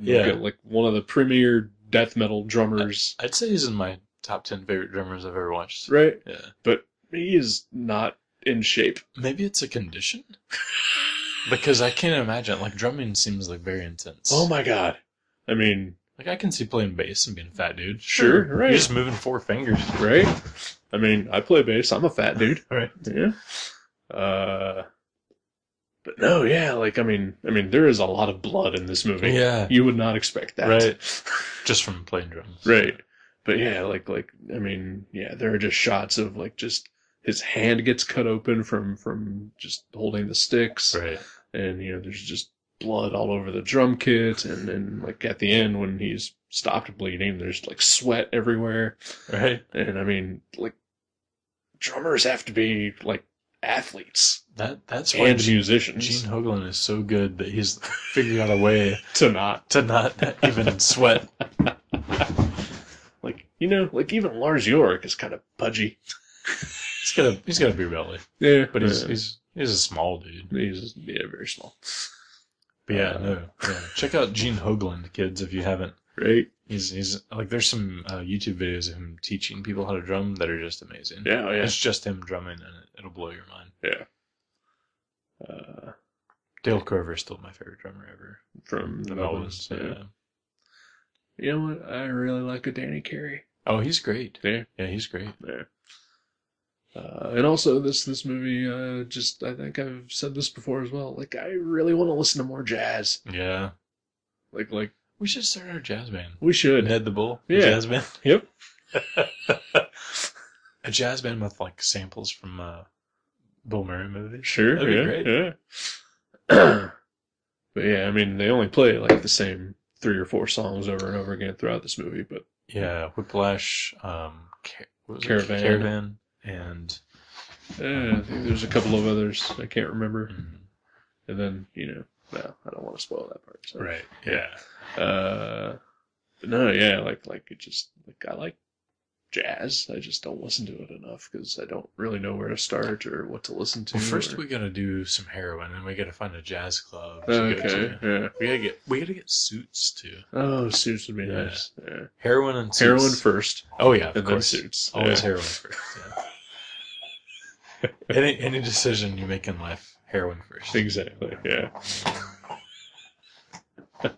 [SPEAKER 2] Yeah.
[SPEAKER 1] like, like one of the premier death metal drummers,
[SPEAKER 2] I'd say he's in my top ten favorite drummers I've ever watched.
[SPEAKER 1] right?
[SPEAKER 2] Yeah.
[SPEAKER 1] But he is not in shape.
[SPEAKER 2] Maybe it's a condition? because I can't imagine. Like, drumming seems like very intense.
[SPEAKER 1] Oh my god! I mean,
[SPEAKER 2] Like, I can see playing bass and being a fat dude.
[SPEAKER 1] Sure, right.
[SPEAKER 2] You're just moving four fingers.
[SPEAKER 1] right? I mean, I play bass. I'm a fat dude.
[SPEAKER 2] Right.
[SPEAKER 1] Yeah. Uh, but no, yeah, like I mean, I mean, there is a lot of blood in this movie.
[SPEAKER 2] Yeah.
[SPEAKER 1] You would not expect that.
[SPEAKER 2] Right. Just from playing drums.
[SPEAKER 1] Right. But yeah, like like I mean, yeah, there are just shots of like just his hand gets cut open from from just holding the sticks.
[SPEAKER 2] Right.
[SPEAKER 1] and you know there's just blood all over the drum kit and then like at the end when he's stopped bleeding there's like sweat everywhere
[SPEAKER 2] Right.
[SPEAKER 1] and i mean like drummers have to be like athletes
[SPEAKER 2] That, that's why
[SPEAKER 1] and
[SPEAKER 2] Gene,
[SPEAKER 1] musicians
[SPEAKER 2] Gene Hoglan is so good that he's figured out a way
[SPEAKER 1] to not
[SPEAKER 2] to not even sweat.
[SPEAKER 1] like you know like even lars york is kind of pudgy
[SPEAKER 2] He's got a, he's got a beer belly.
[SPEAKER 1] yeah
[SPEAKER 2] But he's, he's, he's a small dude.
[SPEAKER 1] he's yeah very small
[SPEAKER 2] But yeah,
[SPEAKER 1] Uh,
[SPEAKER 2] no. Yeah. Check out Gene Hoglan, kids, if you haven't.
[SPEAKER 1] right
[SPEAKER 2] He's he's like there's some uh, YouTube videos of him teaching people how to drum that are just amazing.
[SPEAKER 1] yeah oh, yeah
[SPEAKER 2] It's just him drumming and it, it'll blow your mind.
[SPEAKER 1] uh,
[SPEAKER 2] Dale Crover is still my favorite drummer ever.
[SPEAKER 1] from the
[SPEAKER 2] The Melvins.
[SPEAKER 1] melvins yeah.
[SPEAKER 2] Yeah.
[SPEAKER 1] you know what i really like a danny carey
[SPEAKER 2] Oh, he's great.
[SPEAKER 1] yeah
[SPEAKER 2] Yeah, he's great.
[SPEAKER 1] there. Uh, and also, this this movie, uh, just I think I've said this before as well. Like, I really want to listen to more jazz.
[SPEAKER 2] Yeah.
[SPEAKER 1] Like, like
[SPEAKER 2] We should start our jazz band.
[SPEAKER 1] we should.
[SPEAKER 2] Ned the Bull.
[SPEAKER 1] Yeah.
[SPEAKER 2] Jazz band.
[SPEAKER 1] Yep.
[SPEAKER 2] A jazz band with like samples from uh, Bill Murray movies.
[SPEAKER 1] Sure.
[SPEAKER 2] That'd be
[SPEAKER 1] yeah. Yeah. but yeah, I mean, they only play like the same three or four songs over and over again throughout this movie. But
[SPEAKER 2] Yeah, Whiplash, um, Ca- what was it?
[SPEAKER 1] Caravan.
[SPEAKER 2] Caravan, and
[SPEAKER 1] Uh, I think there's a couple of others I can't remember.
[SPEAKER 2] mm,
[SPEAKER 1] And then, you know, well, I don't want to spoil that part. So.
[SPEAKER 2] right, yeah,
[SPEAKER 1] Uh, no, yeah, like, like it just, like, I like jazz. I just don't listen to it enough because I don't really know where to start or what to listen to.
[SPEAKER 2] Well, first
[SPEAKER 1] or-
[SPEAKER 2] we gotta do some heroin, and we gotta find a jazz club. to go
[SPEAKER 1] Okay.
[SPEAKER 2] to.
[SPEAKER 1] Yeah.
[SPEAKER 2] we gotta get we gotta get suits too.
[SPEAKER 1] Oh, suits would be
[SPEAKER 2] Yeah.
[SPEAKER 1] nice. Yeah.
[SPEAKER 2] Heroin and suits.
[SPEAKER 1] Heroin first,
[SPEAKER 2] Oh yeah, of
[SPEAKER 1] and then
[SPEAKER 2] course.
[SPEAKER 1] suits.
[SPEAKER 2] Always
[SPEAKER 1] yeah.
[SPEAKER 2] heroin first. yeah. any any decision you make in life, heroin first.
[SPEAKER 1] Exactly. Yeah.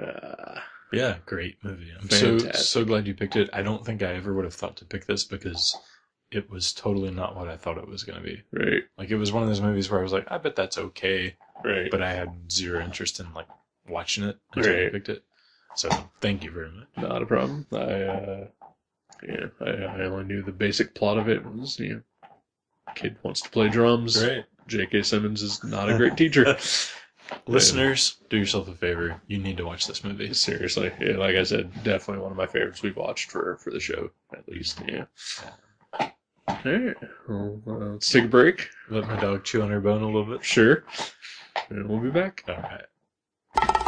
[SPEAKER 1] uh,
[SPEAKER 2] Yeah, great movie. I'm so
[SPEAKER 1] Fantastic.
[SPEAKER 2] so glad you picked it. I don't think I ever would have thought to pick this because it was totally not what I thought it was going to be.
[SPEAKER 1] right.
[SPEAKER 2] Like it was one of those movies where I was like, I bet that's okay,
[SPEAKER 1] Right.
[SPEAKER 2] but I had zero interest in like watching it until you
[SPEAKER 1] Right.
[SPEAKER 2] picked it. So thank you very much.
[SPEAKER 1] Not a problem. I, uh, yeah, I, I only knew the basic plot of it was, you know, kid wants to play drums.
[SPEAKER 2] Great.
[SPEAKER 1] J.K. Simmons is not a great teacher.
[SPEAKER 2] Listeners, do yourself a favor. You need to watch this movie.
[SPEAKER 1] Seriously, yeah, like I said, definitely one of my favorites we've watched for for the show, at least. Yeah. All right. Well, uh, let's take a break.
[SPEAKER 2] Let my dog chew on her bone a little bit.
[SPEAKER 1] Sure. And we'll be back.
[SPEAKER 2] All right.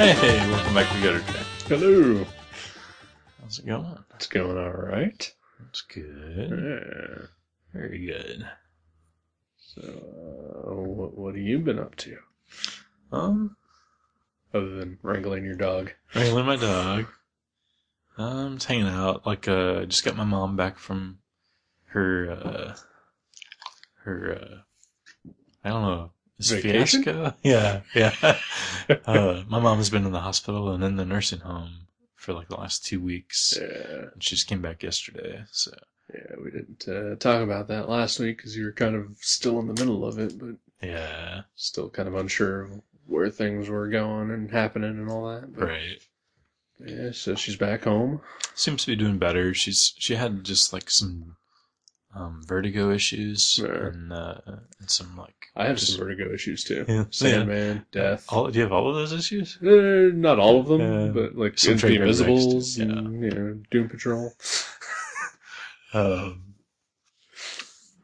[SPEAKER 2] Hey, hey, welcome back to Gutter Jack.
[SPEAKER 1] Hello.
[SPEAKER 2] How's it going?
[SPEAKER 1] It's going all right.
[SPEAKER 2] That's good.
[SPEAKER 1] Yeah.
[SPEAKER 2] Very good.
[SPEAKER 1] So, uh, what, what have you been up to
[SPEAKER 2] Um,
[SPEAKER 1] other than wrangling your dog?
[SPEAKER 2] wrangling my dog. Um, just hanging out. Like, uh, just got my mom back from her, uh, her, uh, I don't know, is it
[SPEAKER 1] Vacation?
[SPEAKER 2] fiasco? Yeah, yeah. uh, my mom has been in the hospital and in the nursing home for like the last two weeks.
[SPEAKER 1] Yeah.
[SPEAKER 2] And she just came back yesterday. So,
[SPEAKER 1] Yeah, we didn't uh, talk about that last week because you were kind of still in the middle of it, but
[SPEAKER 2] yeah,
[SPEAKER 1] still kind of unsure of where things were going and happening and all that. But,
[SPEAKER 2] right.
[SPEAKER 1] Yeah, so she's back home.
[SPEAKER 2] seems to be doing better. She's she had just like some um, vertigo issues
[SPEAKER 1] Sure.
[SPEAKER 2] and, uh, and some like
[SPEAKER 1] I have
[SPEAKER 2] just-
[SPEAKER 1] some vertigo issues too.
[SPEAKER 2] Yeah.
[SPEAKER 1] Sandman, death.
[SPEAKER 2] All, do you have all of those issues?
[SPEAKER 1] Uh, not all of them,
[SPEAKER 2] Yeah.
[SPEAKER 1] but like
[SPEAKER 2] Some
[SPEAKER 1] into the
[SPEAKER 2] trigger
[SPEAKER 1] Invisibles,
[SPEAKER 2] breaks, yeah.
[SPEAKER 1] and, you know, Doom Patrol.
[SPEAKER 2] Um,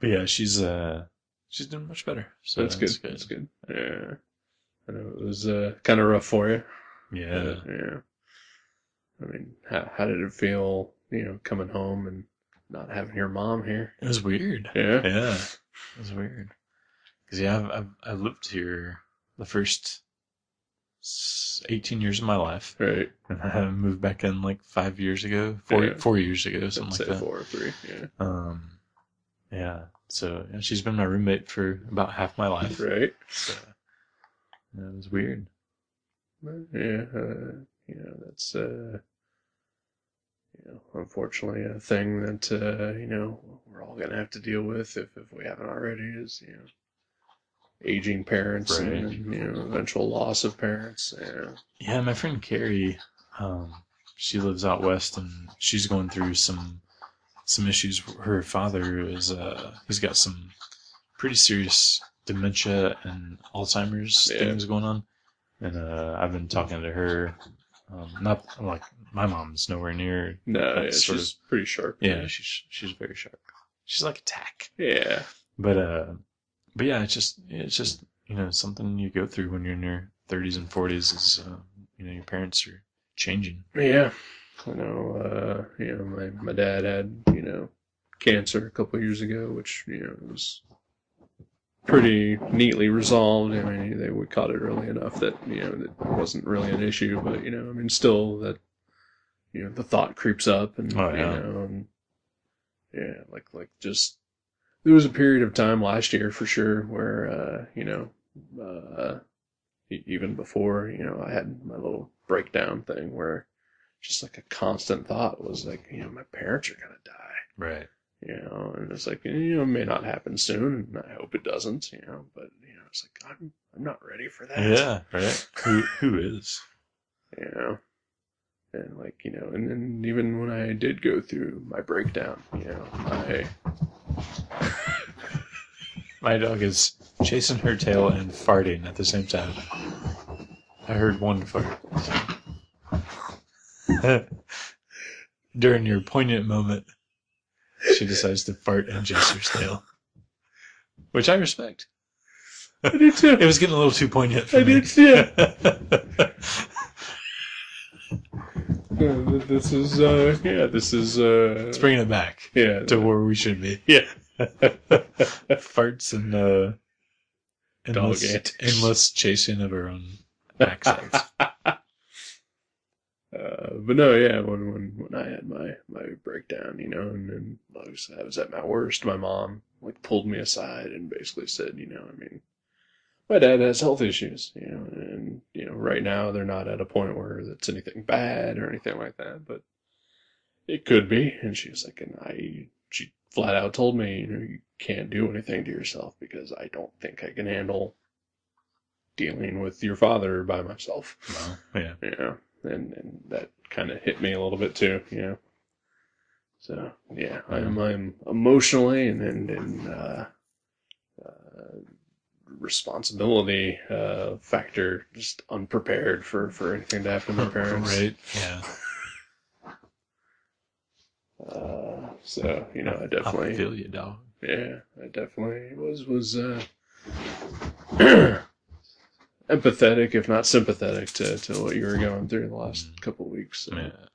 [SPEAKER 2] but yeah, she's uh she's doing much better. So
[SPEAKER 1] that's good. That's good. Yeah, I know it was uh, kind of rough for you.
[SPEAKER 2] Yeah,
[SPEAKER 1] yeah. I mean, how how did it feel? You know, coming home and not having your mom here.
[SPEAKER 2] it was weird.
[SPEAKER 1] Yeah.
[SPEAKER 2] Yeah, it was weird. Cause yeah, I've I've, I've lived here the first s- 18 years of my life.
[SPEAKER 1] Right.
[SPEAKER 2] And I moved back in like five years ago, four,
[SPEAKER 1] Yeah.
[SPEAKER 2] four years ago, something
[SPEAKER 1] I'd
[SPEAKER 2] like
[SPEAKER 1] say
[SPEAKER 2] that.
[SPEAKER 1] four or three. Yeah.
[SPEAKER 2] Um, yeah. So yeah, she's been my roommate for about half my life.
[SPEAKER 1] Right.
[SPEAKER 2] So, yeah, it was weird.
[SPEAKER 1] Yeah. Uh, you know, that's uh, you know, unfortunately a thing that uh, you know we're all gonna have to deal with if if we haven't already is you know aging parents
[SPEAKER 2] Right.
[SPEAKER 1] and you know eventual loss of parents. Yeah.
[SPEAKER 2] Yeah, my friend Carrie, um, she lives out west, and she's going through some some issues. Her father is uh, he's got some pretty serious dementia and Alzheimer's
[SPEAKER 1] Yeah.
[SPEAKER 2] things going on, and uh, I've been talking to her. Um, not like my mom's nowhere near.
[SPEAKER 1] No, yeah,
[SPEAKER 2] That's sort
[SPEAKER 1] she's pretty sharp.
[SPEAKER 2] Yeah, she's she's very sharp. She's like a tack.
[SPEAKER 1] Yeah.
[SPEAKER 2] But uh, but yeah, it's just it's just you know something you go through when you're in your 30s and 40s is uh, you know your parents are changing.
[SPEAKER 1] Yeah. I know, uh, you know, my, my dad had, you know, cancer a couple years ago, which, you know, was pretty neatly resolved. I mean, they we caught it early enough that, you know, that wasn't really an issue, but, you know, I mean, still that, you know, the thought creeps up and,
[SPEAKER 2] Oh, yeah.
[SPEAKER 1] you know, and, yeah, like, like just, there was a period of time last year for sure where, uh, you know, uh, e- even before, you know, I had my little breakdown thing where just like a constant thought was like, you know, my parents are going to die
[SPEAKER 2] Right.
[SPEAKER 1] you know, and it's like you know, it may not happen soon, and I hope it doesn't, you know, but you know, it's like I'm I'm not ready for that,
[SPEAKER 2] Yeah. Right. who who is?
[SPEAKER 1] you know, and like you know, and then even when I did go through my breakdown, you know, I
[SPEAKER 2] My dog is chasing her tail and farting at the same time. I heard one fart. During your poignant moment, she decides to fart and chase her tail, which I respect.
[SPEAKER 1] I did too,
[SPEAKER 2] It was getting a little too poignant for
[SPEAKER 1] I
[SPEAKER 2] me.
[SPEAKER 1] did too.
[SPEAKER 2] it's
[SPEAKER 1] Uh, this is uh, yeah, this is uh,
[SPEAKER 2] bringing it back
[SPEAKER 1] yeah,
[SPEAKER 2] to where we should be.
[SPEAKER 1] yeah,
[SPEAKER 2] Farts and uh, endless,
[SPEAKER 1] antics.
[SPEAKER 2] endless chasing of her own backside.
[SPEAKER 1] Uh, but no, yeah, when when when I had my my breakdown, you know, and then I was I was at my worst. My mom like pulled me aside and basically said, you know, I mean, my dad has health issues, you know, and you know, right now they're not at a point where that's anything bad or anything like that, but it could be. And she was like, and I she flat out told me, you know, you can't do anything to yourself because I don't think I can handle dealing with your father by myself.
[SPEAKER 2] Well, yeah.
[SPEAKER 1] Yeah, and, and that kind of hit me a little bit too. You know, so yeah, I'm I'm emotionally and and, and uh, uh, responsibility uh, factor just unprepared for for anything to happen to my parents.
[SPEAKER 2] Right. Yeah.
[SPEAKER 1] Uh, so you know, I
[SPEAKER 2] I
[SPEAKER 1] definitely
[SPEAKER 2] feel you, dog.
[SPEAKER 1] yeah, I definitely was was uh, empathetic, if not sympathetic, to to what you were going through the last couple of weeks. So.
[SPEAKER 2] Mm. Yeah.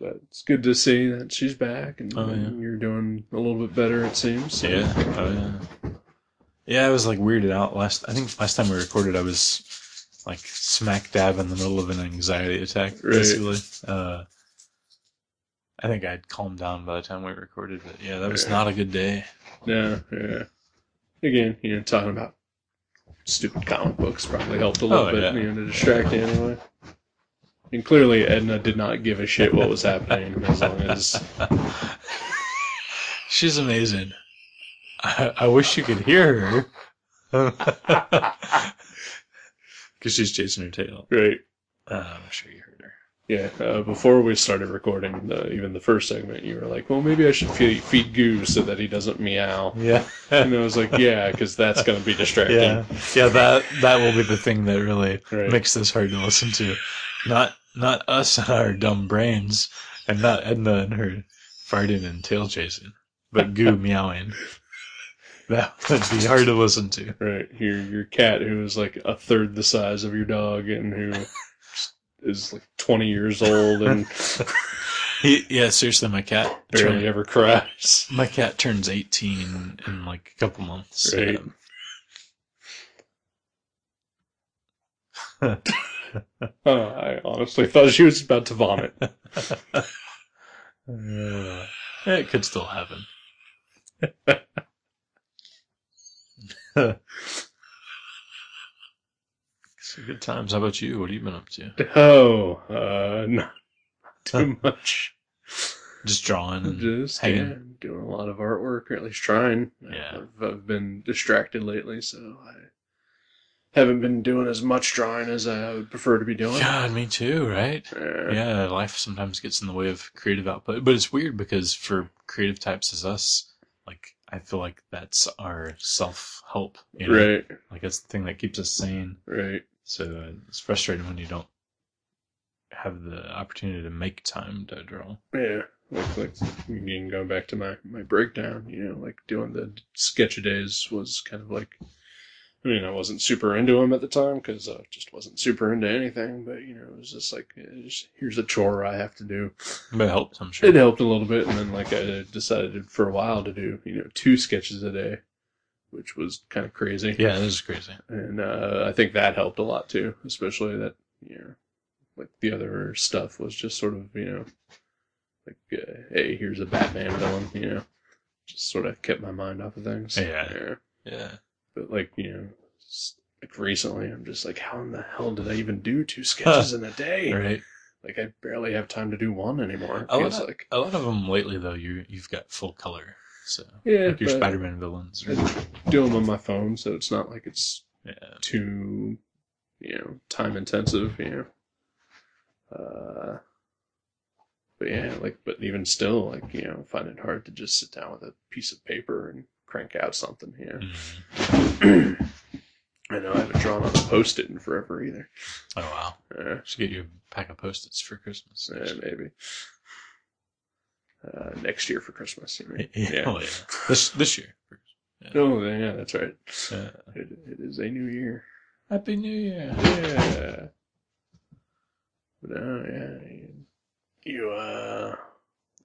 [SPEAKER 1] But it's good to see that she's back and,
[SPEAKER 2] Oh, yeah.
[SPEAKER 1] and you're doing a little bit better, it seems. So.
[SPEAKER 2] Yeah. Oh, yeah. Yeah, I was like weirded out last. I think last time we recorded, I was like smack dab in the middle of an anxiety attack,
[SPEAKER 1] Right.
[SPEAKER 2] basically. Uh, I think I'd calmed down by the time we recorded, but yeah, that was
[SPEAKER 1] Yeah.
[SPEAKER 2] not a good day.
[SPEAKER 1] Yeah, yeah. Again, you know, talking about stupid comic books probably helped a
[SPEAKER 2] Oh,
[SPEAKER 1] little bit,
[SPEAKER 2] yeah.
[SPEAKER 1] you know, to distract you anyway. And clearly, Edna did not give a shit what was happening as long as.
[SPEAKER 2] She's amazing. I, I wish you could hear her. Because she's chasing her tail.
[SPEAKER 1] Great.
[SPEAKER 2] Uh, I'm sure you heard her.
[SPEAKER 1] Yeah, uh, before we started recording the, even the first segment, you were like, well, maybe I should feed, feed Goose so that he doesn't meow.
[SPEAKER 2] Yeah.
[SPEAKER 1] And I was like, yeah, because that's going to be distracting.
[SPEAKER 2] Yeah. Yeah, that that will be the thing that really
[SPEAKER 1] Right.
[SPEAKER 2] makes this hard to listen to. Not not us and our dumb brains and not Edna and her farting and tail chasing, but goo meowing. That would be hard to listen to.
[SPEAKER 1] Right. Your your cat who is like a third the size of your dog and who is like twenty years old and
[SPEAKER 2] He, yeah, seriously, my cat
[SPEAKER 1] barely
[SPEAKER 2] turned,
[SPEAKER 1] ever cries.
[SPEAKER 2] my cat turns 18 in like a couple months.
[SPEAKER 1] Right.
[SPEAKER 2] Um,
[SPEAKER 1] Uh, I honestly thought she was about to vomit.
[SPEAKER 2] Uh, it could still happen. Some good times. How about you? What have you been up to?
[SPEAKER 1] Oh, uh, not too much.
[SPEAKER 2] Just drawing. And,
[SPEAKER 1] Just
[SPEAKER 2] hanging.
[SPEAKER 1] yeah, doing a lot of artwork, or at least trying.
[SPEAKER 2] Yeah.
[SPEAKER 1] I've, I've been distracted lately, so I haven't been doing as much drawing as I would prefer to be doing.
[SPEAKER 2] God, me too, right?
[SPEAKER 1] Uh,
[SPEAKER 2] Yeah, life sometimes gets in the way of creative output, but it's weird because for creative types as us, like I feel like that's our self help, you know?
[SPEAKER 1] Right,
[SPEAKER 2] Like that's the thing that keeps us sane.
[SPEAKER 1] right.
[SPEAKER 2] So uh, it's frustrating when you don't have the opportunity to make time to draw.
[SPEAKER 1] Yeah, like like again, going back to my my breakdown, you know, like doing the sketch a days was kind of like, I mean, I wasn't super into them at the time because I just wasn't super into anything. But you know, it was just like, eh, just, here's a chore I have to do.
[SPEAKER 2] But it helps, I'm sure.
[SPEAKER 1] It helped a little bit, and then like I decided for a while to do you know two sketches a day, which was kind of crazy.
[SPEAKER 2] Yeah, it is crazy.
[SPEAKER 1] and uh, I think that helped a lot too, especially that you know, like the other stuff was just sort of you know, like uh, hey, here's a Batman villain, you know, just sort of kept my mind off of things.
[SPEAKER 2] Yeah. Yeah.
[SPEAKER 1] But like you know, s- like recently, I'm just like, how in the hell did I even do two sketches in a day?
[SPEAKER 2] Right.
[SPEAKER 1] Like I barely have time to do one anymore. It
[SPEAKER 2] I
[SPEAKER 1] feels
[SPEAKER 2] wanna-
[SPEAKER 1] like
[SPEAKER 2] A lot of them lately, though, you you've got full color, so
[SPEAKER 1] yeah,
[SPEAKER 2] like your
[SPEAKER 1] but
[SPEAKER 2] Spider-Man villains. Or,
[SPEAKER 1] I do them on my phone, so it's not like it's
[SPEAKER 2] yeah.
[SPEAKER 1] too, you know, time intensive, you know. Uh, but yeah, like, but even still, like, you know, find it hard to just sit down with a piece of paper and crank out something, you know.
[SPEAKER 2] Mhm.
[SPEAKER 1] I know I haven't drawn on a post it in forever either.
[SPEAKER 2] Oh wow.
[SPEAKER 1] Uh,
[SPEAKER 2] Should get you a pack of post-its for Christmas.
[SPEAKER 1] so yeah, maybe. Uh, next year for Christmas, you mean?
[SPEAKER 2] Yeah. Oh, yeah. This this year.
[SPEAKER 1] Oh, yeah, that's right.
[SPEAKER 2] Yeah.
[SPEAKER 1] It, it is a new year.
[SPEAKER 2] Happy New Year.
[SPEAKER 1] Yeah. But, uh, yeah. you- You, uh,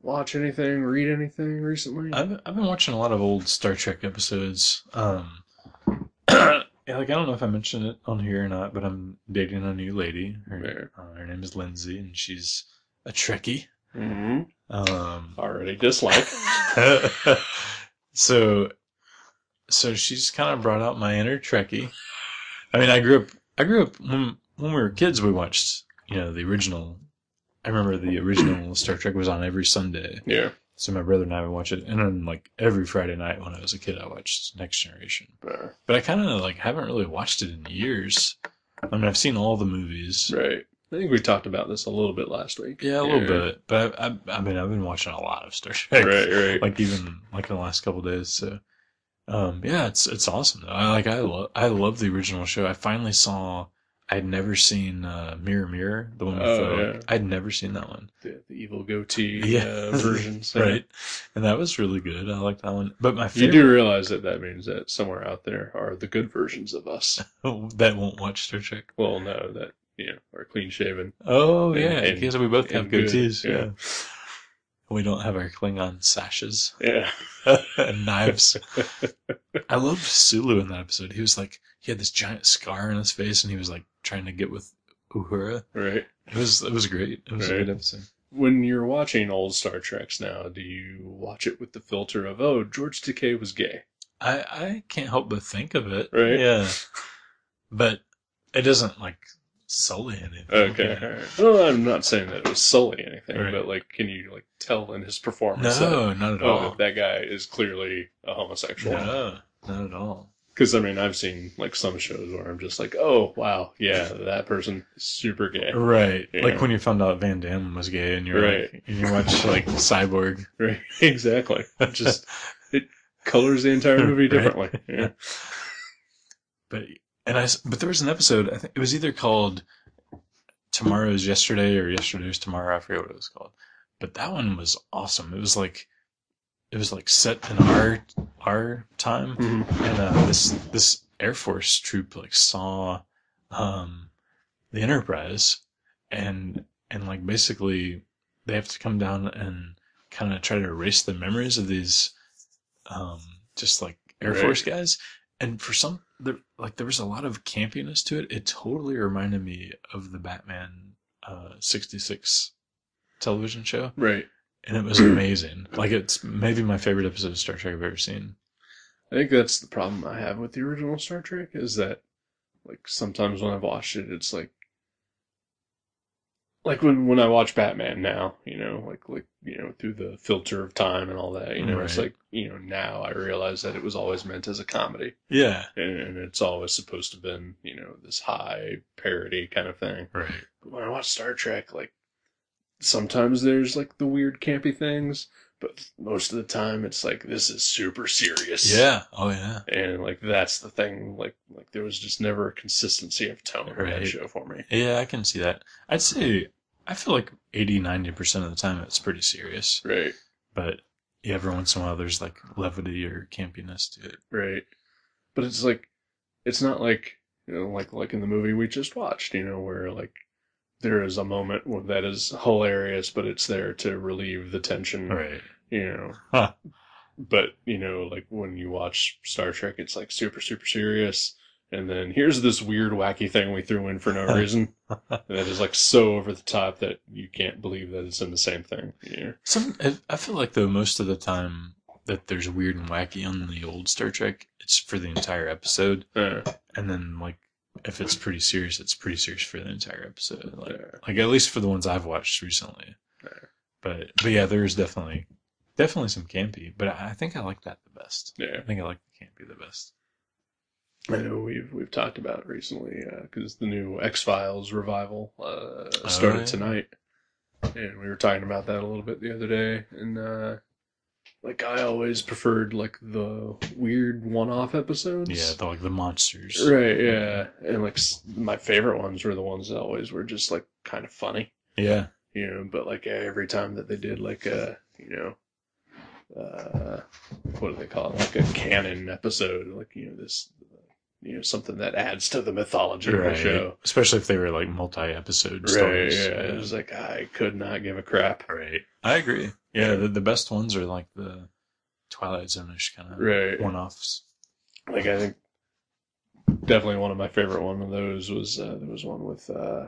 [SPEAKER 1] watch anything, read anything recently?
[SPEAKER 2] I've I've been watching a lot of old Star Trek episodes. Um, yeah, like I don't know if I mentioned it on here or not, but I'm dating a new lady. Her, uh, her name is Lindsay, and she's a Trekkie.
[SPEAKER 1] mm-hmm.
[SPEAKER 2] Um,
[SPEAKER 1] Already dislike.
[SPEAKER 2] so, so she's kind of brought out my inner Trekkie. I mean, I grew up. I grew up when when we were kids. We watched, you know, the original. I remember the original Star Trek was on every Sunday.
[SPEAKER 1] yeah.
[SPEAKER 2] So my brother and I would watch it, and then like every Friday night when I was a kid, I watched Next Generation.
[SPEAKER 1] Uh,
[SPEAKER 2] But I kind of like haven't really watched it in years. I mean, I've seen all the movies,
[SPEAKER 1] right. I think we talked about this a little bit last week.
[SPEAKER 2] yeah, a little bit. But I, I, I mean, I've been watching a lot of Star Trek,
[SPEAKER 1] Right, right.
[SPEAKER 2] like even like in the last couple days. So, um, yeah, it's it's awesome though. I like I love I love the original show. I finally saw. I'd never seen uh, Mirror Mirror, the one with
[SPEAKER 1] Oh,
[SPEAKER 2] the,
[SPEAKER 1] yeah.
[SPEAKER 2] I'd never seen that one.
[SPEAKER 1] the, the evil goatee
[SPEAKER 2] Yeah.
[SPEAKER 1] uh, versions.
[SPEAKER 2] Right, and that was really good. I liked that one. But my
[SPEAKER 1] You
[SPEAKER 2] favorite
[SPEAKER 1] do realize that that means that somewhere out there are the good versions of us.
[SPEAKER 2] that won't watch Star Trek.
[SPEAKER 1] Well, no, that, you know, are clean shaven.
[SPEAKER 2] Oh
[SPEAKER 1] And-
[SPEAKER 2] yeah,
[SPEAKER 1] and-
[SPEAKER 2] because we both have
[SPEAKER 1] and good,
[SPEAKER 2] goatees.
[SPEAKER 1] yeah.
[SPEAKER 2] Yeah. we don't have our Klingon sashes
[SPEAKER 1] Yeah.
[SPEAKER 2] and knives. I loved Sulu in that episode. He was like he had this giant scar on his face, and he was like trying to get with Uhura.
[SPEAKER 1] Right.
[SPEAKER 2] It was it was great. It was a
[SPEAKER 1] Right.
[SPEAKER 2] good episode.
[SPEAKER 1] when you're watching old Star Treks now, do you watch it with the filter of oh George Takei was gay?
[SPEAKER 2] I I can't help but think of it.
[SPEAKER 1] Right.
[SPEAKER 2] Yeah, but it doesn't like sully anything.
[SPEAKER 1] Okay,
[SPEAKER 2] Yeah.
[SPEAKER 1] alright. well I'm not saying that it was solely anything,
[SPEAKER 2] Right.
[SPEAKER 1] but like, can you like tell in his performance that
[SPEAKER 2] No, not at
[SPEAKER 1] oh
[SPEAKER 2] all.
[SPEAKER 1] that guy is clearly a homosexual?
[SPEAKER 2] No, not at all.
[SPEAKER 1] Because I mean I've seen like some shows where I'm just like oh wow yeah that person is super gay
[SPEAKER 2] Right.
[SPEAKER 1] Yeah.
[SPEAKER 2] Like when you found out Van Damme was gay and you're
[SPEAKER 1] Right.
[SPEAKER 2] like, and you watch like Cyborg.
[SPEAKER 1] right exactly It just it colors the entire movie
[SPEAKER 2] Right.
[SPEAKER 1] differently yeah.
[SPEAKER 2] But and I s- but there was an episode, I think it was either called Tomorrow's Yesterday or Yesterday's Tomorrow, I forget what it was called. But that one was awesome. It was like it was like set in our our time
[SPEAKER 1] Mhm.
[SPEAKER 2] and uh, this this Air Force troop like saw um, the Enterprise, and and like basically they have to come down and kind of try to erase the memories of these um, just like Air
[SPEAKER 1] Right.
[SPEAKER 2] Force guys, and for some there, like there was a lot of campiness to it. It totally reminded me of the Batman uh, '66 television show,
[SPEAKER 1] Right.
[SPEAKER 2] and it was amazing. like it's maybe my favorite episode of Star Trek I've ever seen.
[SPEAKER 1] I think that's the problem I have with the original Star Trek is that, like, sometimes when I've watched it, it's like, like when when I watch Batman now, you know, like like you know through the filter of time and all that, you know, it's
[SPEAKER 2] Right.
[SPEAKER 1] like you know now I realize that it was always meant as a comedy
[SPEAKER 2] Yeah,
[SPEAKER 1] and, and it's always supposed to have been you know this high parody kind of thing.
[SPEAKER 2] right.
[SPEAKER 1] But when I watch Star Trek, like sometimes there's like the weird campy things, but most of the time it's like this is super serious
[SPEAKER 2] Yeah. Oh yeah.
[SPEAKER 1] and like that's the thing like like there was just never a consistency of tone in that
[SPEAKER 2] Right.
[SPEAKER 1] show for me
[SPEAKER 2] Yeah, I can see that. I'd say I feel like 80 90% of the time it's pretty serious,
[SPEAKER 1] right
[SPEAKER 2] but yeah, every once in a while there's like levity or campiness to it.
[SPEAKER 1] right but it's like it's not like you know like like in the movie we just watched you know where like there is a moment where that is hilarious but it's there to relieve the tension
[SPEAKER 2] Right.
[SPEAKER 1] you know
[SPEAKER 2] Huh.
[SPEAKER 1] but you know like when you watch star trek it's like super super serious and then here's this weird wacky thing we threw in for no reason that is like so over the top that you can't believe that it's in the same thing yeah
[SPEAKER 2] Some I- I feel like though most of the time that there's weird and wacky on the old Star Trek, it's for the entire episode,
[SPEAKER 1] Uh,
[SPEAKER 2] and then like if it's pretty serious, it's pretty serious for the entire episode. Like,
[SPEAKER 1] uh,
[SPEAKER 2] like at least for the ones I've watched recently.
[SPEAKER 1] Fair.
[SPEAKER 2] But but yeah, there's definitely definitely some campy, but I I think I like that the best.
[SPEAKER 1] yeah
[SPEAKER 2] I think I like the campy the best.
[SPEAKER 1] i know we've we've talked about it recently because the new x-files revival uh started
[SPEAKER 2] Oh, yeah.
[SPEAKER 1] tonight and we were talking about that a little bit the other day and uh like i always preferred like the weird one-off episodes
[SPEAKER 2] Yeah, the, like the monsters.
[SPEAKER 1] Right, yeah. And like s- my favorite ones were the ones that always were just like kind of funny,
[SPEAKER 2] Yeah.
[SPEAKER 1] you know, but like every time that they did like a, you know, uh what do they call it? Like a canon episode, like you know this you know something that adds to the mythology of the show.
[SPEAKER 2] Especially if they were like multi episode
[SPEAKER 1] Right,
[SPEAKER 2] stories.
[SPEAKER 1] yeah. It was like I could not give a crap.
[SPEAKER 2] Right. I agree. Yeah, the, the best ones are like the Twilight Zone ish kind of
[SPEAKER 1] Right.
[SPEAKER 2] one offs.
[SPEAKER 1] like I think definitely one of my favorite one of those was uh, there was one with uh,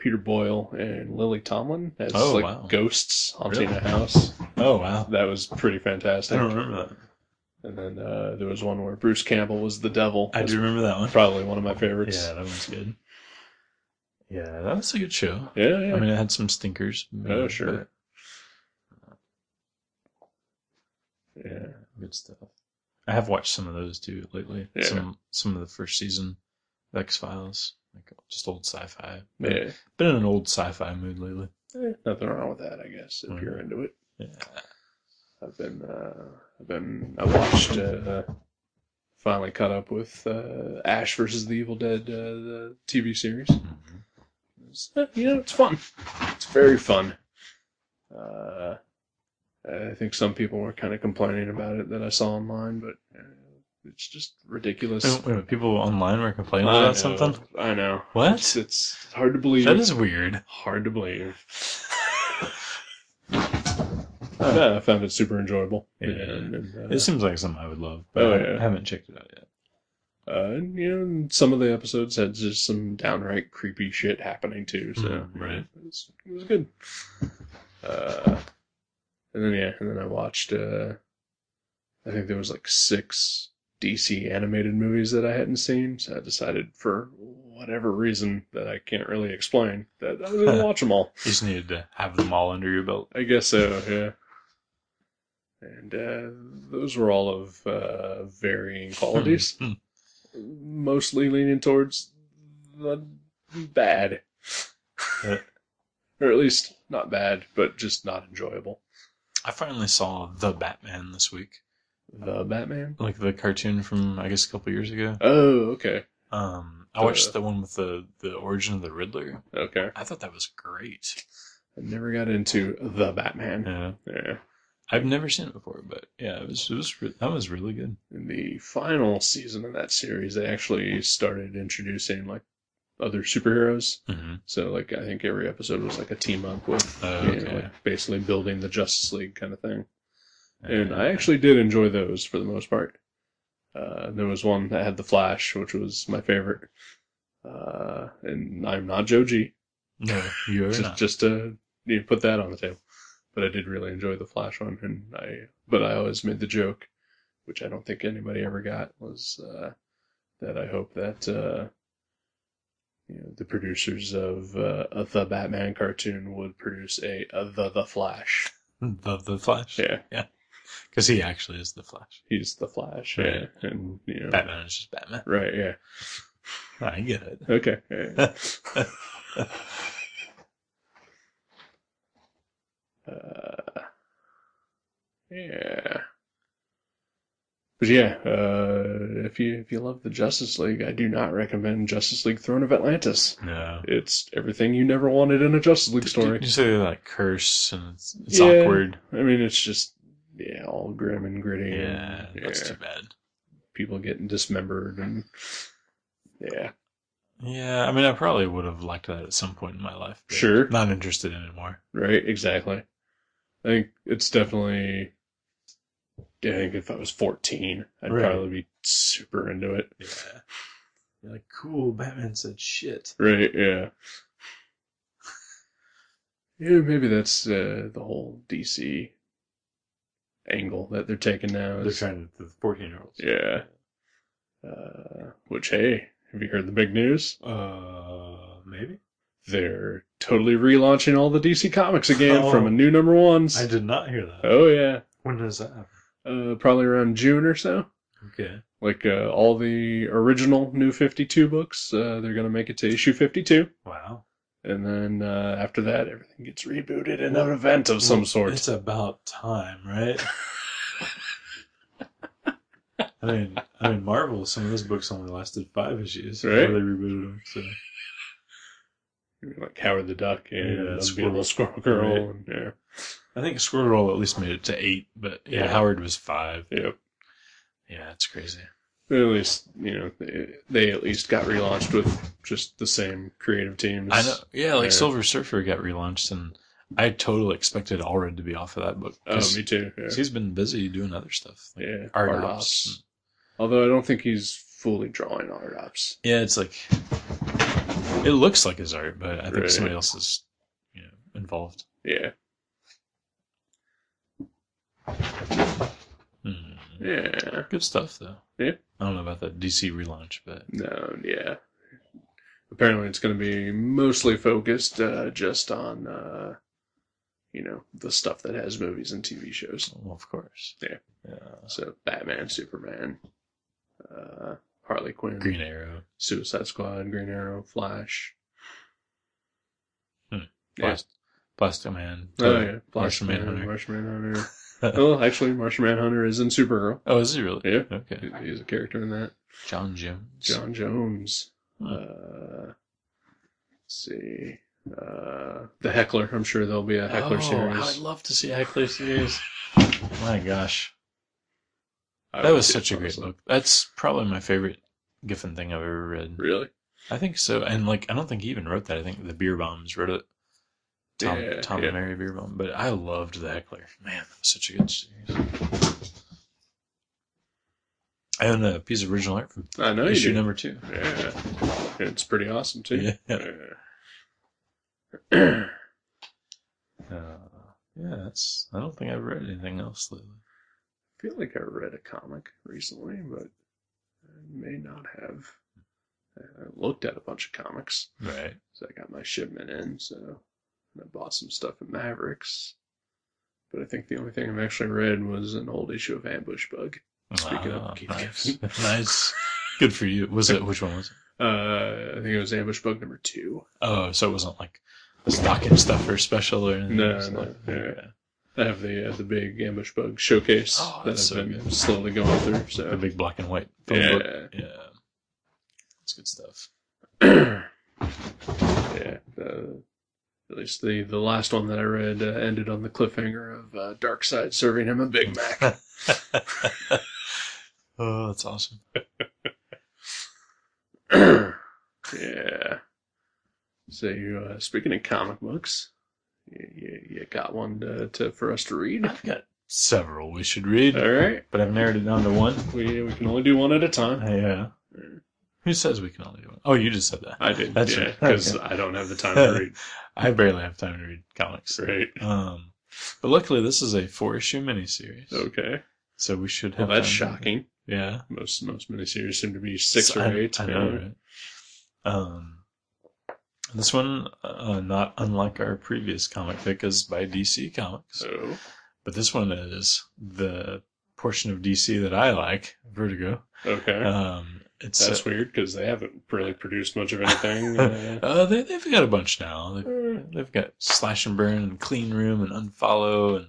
[SPEAKER 1] Peter Boyle and Lily Tomlin as
[SPEAKER 2] Oh,
[SPEAKER 1] like
[SPEAKER 2] wow.
[SPEAKER 1] ghosts haunting
[SPEAKER 2] Really?
[SPEAKER 1] a house.
[SPEAKER 2] Oh, wow.
[SPEAKER 1] That was pretty fantastic.
[SPEAKER 2] remember that.
[SPEAKER 1] And then uh, there was one where Bruce Campbell was the devil.
[SPEAKER 2] I
[SPEAKER 1] That's
[SPEAKER 2] do remember that one.
[SPEAKER 1] Probably one of my favorites.
[SPEAKER 2] Yeah, that one's good. Yeah, that was a good show.
[SPEAKER 1] Yeah, yeah.
[SPEAKER 2] I mean, it had some stinkers.
[SPEAKER 1] Oh, sure.
[SPEAKER 2] but-
[SPEAKER 1] yeah.
[SPEAKER 2] good stuff. I have watched some of those too lately.
[SPEAKER 1] Yeah.
[SPEAKER 2] Some some of the first season of X Files, like just old sci-fi. Been,
[SPEAKER 1] Yeah.
[SPEAKER 2] been in an old sci-fi mood lately.
[SPEAKER 1] Eh, Nothing wrong with that, I guess, if
[SPEAKER 2] Mm.
[SPEAKER 1] you're into it.
[SPEAKER 2] Yeah.
[SPEAKER 1] I've been, uh, I've been, I watched, uh, finally caught up with uh, Ash versus the Evil Dead, uh, the TV series.
[SPEAKER 2] Mm-hmm.
[SPEAKER 1] It's, uh, you know, it's fun. It's very fun. Uh, I think some people were kind of complaining about it that I saw online, but uh, it's just ridiculous.
[SPEAKER 2] Wait, wait, people online were complaining
[SPEAKER 1] I
[SPEAKER 2] about
[SPEAKER 1] know,
[SPEAKER 2] something.
[SPEAKER 1] I know.
[SPEAKER 2] What?
[SPEAKER 1] It's, it's hard to believe.
[SPEAKER 2] That is weird.
[SPEAKER 1] hard to believe. I know, I found it super enjoyable.
[SPEAKER 2] Yeah.
[SPEAKER 1] And, and, uh,
[SPEAKER 2] It seems like something I would love, but
[SPEAKER 1] Oh,
[SPEAKER 2] I haven't-
[SPEAKER 1] yeah.
[SPEAKER 2] haven't checked it out yet.
[SPEAKER 1] uh, and, you know, and some of the episodes had just some downright creepy shit happening too. So
[SPEAKER 2] Mhm, right.
[SPEAKER 1] it, was, it was good. Uh, and then yeah, and then I watched. Uh, I think there was like six DC animated movies that I hadn't seen, so I decided for whatever reason that I can't really explain that I was gonna watch them all.
[SPEAKER 2] You just needed to have them all under your belt.
[SPEAKER 1] I guess so, yeah. And uh, those were all of uh, varying qualities,
[SPEAKER 2] Hmm.
[SPEAKER 1] mostly leaning towards the bad.
[SPEAKER 2] Yeah.
[SPEAKER 1] or at least not bad, but just not enjoyable.
[SPEAKER 2] I finally saw the Batman this week,
[SPEAKER 1] The Batman?
[SPEAKER 2] like the cartoon from I guess a couple years ago.
[SPEAKER 1] Oh, okay.
[SPEAKER 2] Um, I
[SPEAKER 1] The-
[SPEAKER 2] watched the one with the the origin of the Riddler.
[SPEAKER 1] Okay.
[SPEAKER 2] I thought that was great.
[SPEAKER 1] I never got into The Batman.
[SPEAKER 2] Yeah.
[SPEAKER 1] Yeah.
[SPEAKER 2] I've never seen it before, but yeah, it was it was re- that was really good.
[SPEAKER 1] In the final season of that series, they actually started introducing, like, other superheroes.
[SPEAKER 2] Mm-hmm.
[SPEAKER 1] So like I think every episode was like a team up with
[SPEAKER 2] Oh,
[SPEAKER 1] you know,
[SPEAKER 2] okay.
[SPEAKER 1] like basically building the Justice League kind of thing. And I actually did enjoy those for the most part. Uh, there was one that had the Flash, which was my favorite. Uh, and I'm not Joji.
[SPEAKER 2] No, you're
[SPEAKER 1] Just,
[SPEAKER 2] not.
[SPEAKER 1] just to you know, put that on the table. But I did really enjoy the Flash one, and I. But I always made the joke, which I don't think anybody ever got, was uh, that I hope that uh, you know the producers of uh, of the Batman cartoon would produce a, a the the Flash.
[SPEAKER 2] the the Flash.
[SPEAKER 1] Yeah,
[SPEAKER 2] Because he actually is the Flash.
[SPEAKER 1] he's the Flash. Yeah,
[SPEAKER 2] Right.
[SPEAKER 1] and you know,
[SPEAKER 2] Batman is just Batman.
[SPEAKER 1] right? Yeah.
[SPEAKER 2] I get it.
[SPEAKER 1] Okay. yeah. Uh, yeah. But yeah, uh, if you if you love the Justice League, I do not recommend Justice League Throne of Atlantis.
[SPEAKER 2] no.
[SPEAKER 1] It's everything you never wanted in a Justice League
[SPEAKER 2] Did-
[SPEAKER 1] story.
[SPEAKER 2] Did you say they like curse and it's, it's
[SPEAKER 1] Yeah.
[SPEAKER 2] awkward?
[SPEAKER 1] I mean, it's just yeah, all grim and gritty. and,
[SPEAKER 2] Yeah, that's
[SPEAKER 1] yeah,
[SPEAKER 2] too bad.
[SPEAKER 1] people getting dismembered and yeah,
[SPEAKER 2] Yeah, I mean, I probably would have liked that at some point in my life. but
[SPEAKER 1] Sure.
[SPEAKER 2] Not interested anymore.
[SPEAKER 1] right, exactly. I think it's definitely. I think if I was fourteen, I'd
[SPEAKER 2] Right.
[SPEAKER 1] probably be super into it.
[SPEAKER 2] Yeah. You're like, cool, Batman said shit.
[SPEAKER 1] Right, yeah. Yeah, maybe that's uh, the whole DC angle that they're taking now.
[SPEAKER 2] They're
[SPEAKER 1] is-
[SPEAKER 2] trying to, the 14 year olds.
[SPEAKER 1] Yeah. Uh, which, hey, have you heard the big news?
[SPEAKER 2] Uh, maybe?
[SPEAKER 1] They're totally relaunching all the DC comics again from a
[SPEAKER 2] Oh.
[SPEAKER 1] new number ones.
[SPEAKER 2] I did not hear that.
[SPEAKER 1] Oh, yeah.
[SPEAKER 2] When does that happen?
[SPEAKER 1] Uh, probably around June or so.
[SPEAKER 2] Okay.
[SPEAKER 1] Like uh, all the original New 52 books, uh, they're going to make it to issue 52.
[SPEAKER 2] Wow.
[SPEAKER 1] And then uh, after that, everything gets rebooted in an event of some sort.
[SPEAKER 2] It's about time, right? I mean, I mean, Marvel. Some of those books only lasted five issues
[SPEAKER 1] Right.
[SPEAKER 2] before they rebooted them. So
[SPEAKER 1] Like Howard the Duck and
[SPEAKER 2] Yeah,
[SPEAKER 1] Unbeatable
[SPEAKER 2] Squirrel.
[SPEAKER 1] Squirrel Girl.
[SPEAKER 2] Right.
[SPEAKER 1] And, yeah.
[SPEAKER 2] I think Squirrel Girl at least made it to eight, but yeah,
[SPEAKER 1] Yeah.
[SPEAKER 2] Howard was five.
[SPEAKER 1] Yep.
[SPEAKER 2] Yeah, it's crazy.
[SPEAKER 1] At least, you know, they, they at least got relaunched with just the same creative teams.
[SPEAKER 2] I know. Yeah, like
[SPEAKER 1] Yeah.
[SPEAKER 2] Silver Surfer got relaunched, and I totally expected Allred to be off of that book.
[SPEAKER 1] Oh,
[SPEAKER 2] 'cause-
[SPEAKER 1] me too. Yeah.
[SPEAKER 2] 'cause he's been busy doing other stuff. Like
[SPEAKER 1] yeah.
[SPEAKER 2] art
[SPEAKER 1] Art
[SPEAKER 2] ops.
[SPEAKER 1] Ops. Although I don't think he's fully drawing Art Ops.
[SPEAKER 2] Yeah, it's like it looks like his art, but I think
[SPEAKER 1] Right.
[SPEAKER 2] somebody else is you know, involved.
[SPEAKER 1] Yeah.
[SPEAKER 2] Hmm.
[SPEAKER 1] Yeah.
[SPEAKER 2] Good stuff though.
[SPEAKER 1] Yeah.
[SPEAKER 2] I don't know about that DC relaunch, but
[SPEAKER 1] No, yeah. Apparently, it's going to be mostly focused uh, just on, uh, you know, the stuff that has movies and TV shows.
[SPEAKER 2] well, of course.
[SPEAKER 1] Yeah.
[SPEAKER 2] Yeah.
[SPEAKER 1] So Batman, Superman, uh, Harley Quinn,
[SPEAKER 2] Green Arrow.
[SPEAKER 1] Suicide Squad, Green Arrow, Flash.
[SPEAKER 2] Hmm.
[SPEAKER 1] Yeah.
[SPEAKER 2] Blast Plastic Man.
[SPEAKER 1] Oh yeah,
[SPEAKER 2] Martian
[SPEAKER 1] Flash,
[SPEAKER 2] Manhunter.
[SPEAKER 1] Martian Manhunter. well, actually, Martian Manhunter is in Supergirl.
[SPEAKER 2] Oh, is he really?
[SPEAKER 1] Yeah.
[SPEAKER 2] Okay.
[SPEAKER 1] He's a character in that.
[SPEAKER 2] John Jones.
[SPEAKER 1] John Jones.
[SPEAKER 2] Hmm.
[SPEAKER 1] Uh, let's see. Uh, the Heckler. I'm sure there'll be a Heckler
[SPEAKER 2] oh, I'd
[SPEAKER 1] series.
[SPEAKER 2] love to see Heckler series. My gosh.
[SPEAKER 1] I
[SPEAKER 2] That
[SPEAKER 1] would
[SPEAKER 2] was
[SPEAKER 1] do,
[SPEAKER 2] such a great
[SPEAKER 1] honestly.
[SPEAKER 2] book. That's probably my favorite Giffen thing I've ever read.
[SPEAKER 1] Really?
[SPEAKER 2] I think so. And like, I don't think he even wrote that. I think the Beer Bombs wrote it. Tom,
[SPEAKER 1] Yeah,
[SPEAKER 2] Tom
[SPEAKER 1] yeah.
[SPEAKER 2] and Mary Beer Bomb. But I loved The Heckler. Man, that was such a good series. I own a piece of original art from
[SPEAKER 1] I know Oh, you
[SPEAKER 2] issue
[SPEAKER 1] do.
[SPEAKER 2] number two.
[SPEAKER 1] Yeah, it's pretty awesome too.
[SPEAKER 2] Yeah.
[SPEAKER 1] Yeah.
[SPEAKER 2] Uh, yeah, that's. I don't think I've read anything else lately.
[SPEAKER 1] I feel like I read a comic recently, but I may not have. I looked at a bunch of comics.
[SPEAKER 2] Right.
[SPEAKER 1] So I got my shipment in, so and I bought some stuff at Mavericks. But I think the only thing I've actually read was an old issue of Ambush Bug. Speaking of Keith
[SPEAKER 2] nice.
[SPEAKER 1] Giffen.
[SPEAKER 2] nice. Good for you. Was it? Which one was it?
[SPEAKER 1] Uh, I think it was Ambush Bug number two.
[SPEAKER 2] Oh, so it wasn't like the stocking stuffer special or anything.
[SPEAKER 1] No,
[SPEAKER 2] It was
[SPEAKER 1] no,
[SPEAKER 2] like-
[SPEAKER 1] yeah.
[SPEAKER 2] okay.
[SPEAKER 1] I have the uh, the big Ambush Bug showcase
[SPEAKER 2] Oh,
[SPEAKER 1] that I've
[SPEAKER 2] that's so
[SPEAKER 1] been
[SPEAKER 2] good.
[SPEAKER 1] slowly going through.
[SPEAKER 2] The
[SPEAKER 1] So
[SPEAKER 2] big black and white. film book.
[SPEAKER 1] yeah,
[SPEAKER 2] Yeah. That's good stuff.
[SPEAKER 1] yeah. Uh, at least the the last one that I read uh, ended on the cliffhanger of uh, Dark Side serving him a Big Mac.
[SPEAKER 2] oh, that's awesome.
[SPEAKER 1] yeah. So you uh, speaking of comic books, you, you, you got one to, to for us to read?
[SPEAKER 2] I've got several we should read,
[SPEAKER 1] All right,
[SPEAKER 2] but I've narrowed it down to one.
[SPEAKER 1] we we can only do one at a time.
[SPEAKER 2] Yeah. Who says we can only do one? Oh, you just said that.
[SPEAKER 1] I did,
[SPEAKER 2] That's
[SPEAKER 1] yeah,
[SPEAKER 2] right.
[SPEAKER 1] because I don't have the time to read.
[SPEAKER 2] I barely have time to read comics.
[SPEAKER 1] Great.
[SPEAKER 2] Um, but luckily, this is a four-issue miniseries,
[SPEAKER 1] Okay.
[SPEAKER 2] so we should
[SPEAKER 1] Oh. Well,
[SPEAKER 2] have.
[SPEAKER 1] that's
[SPEAKER 2] time to-
[SPEAKER 1] shocking.
[SPEAKER 2] Yeah,
[SPEAKER 1] Most most miniseries seem to be six
[SPEAKER 2] So
[SPEAKER 1] or
[SPEAKER 2] I-
[SPEAKER 1] eight.
[SPEAKER 2] I
[SPEAKER 1] yeah.
[SPEAKER 2] know, right? Um, this one, uh, not unlike our previous comic pick, is by DC Comics,
[SPEAKER 1] So
[SPEAKER 2] but this one is the portion of DC that I like, Vertigo.
[SPEAKER 1] okay,
[SPEAKER 2] Um, it's
[SPEAKER 1] that's weird because they haven't really produced much of anything.
[SPEAKER 2] uh,
[SPEAKER 1] uh,
[SPEAKER 2] uh, they, they've got a bunch now. They've,
[SPEAKER 1] yeah.
[SPEAKER 2] they've got Slash and Burn and Clean Room and Unfollow and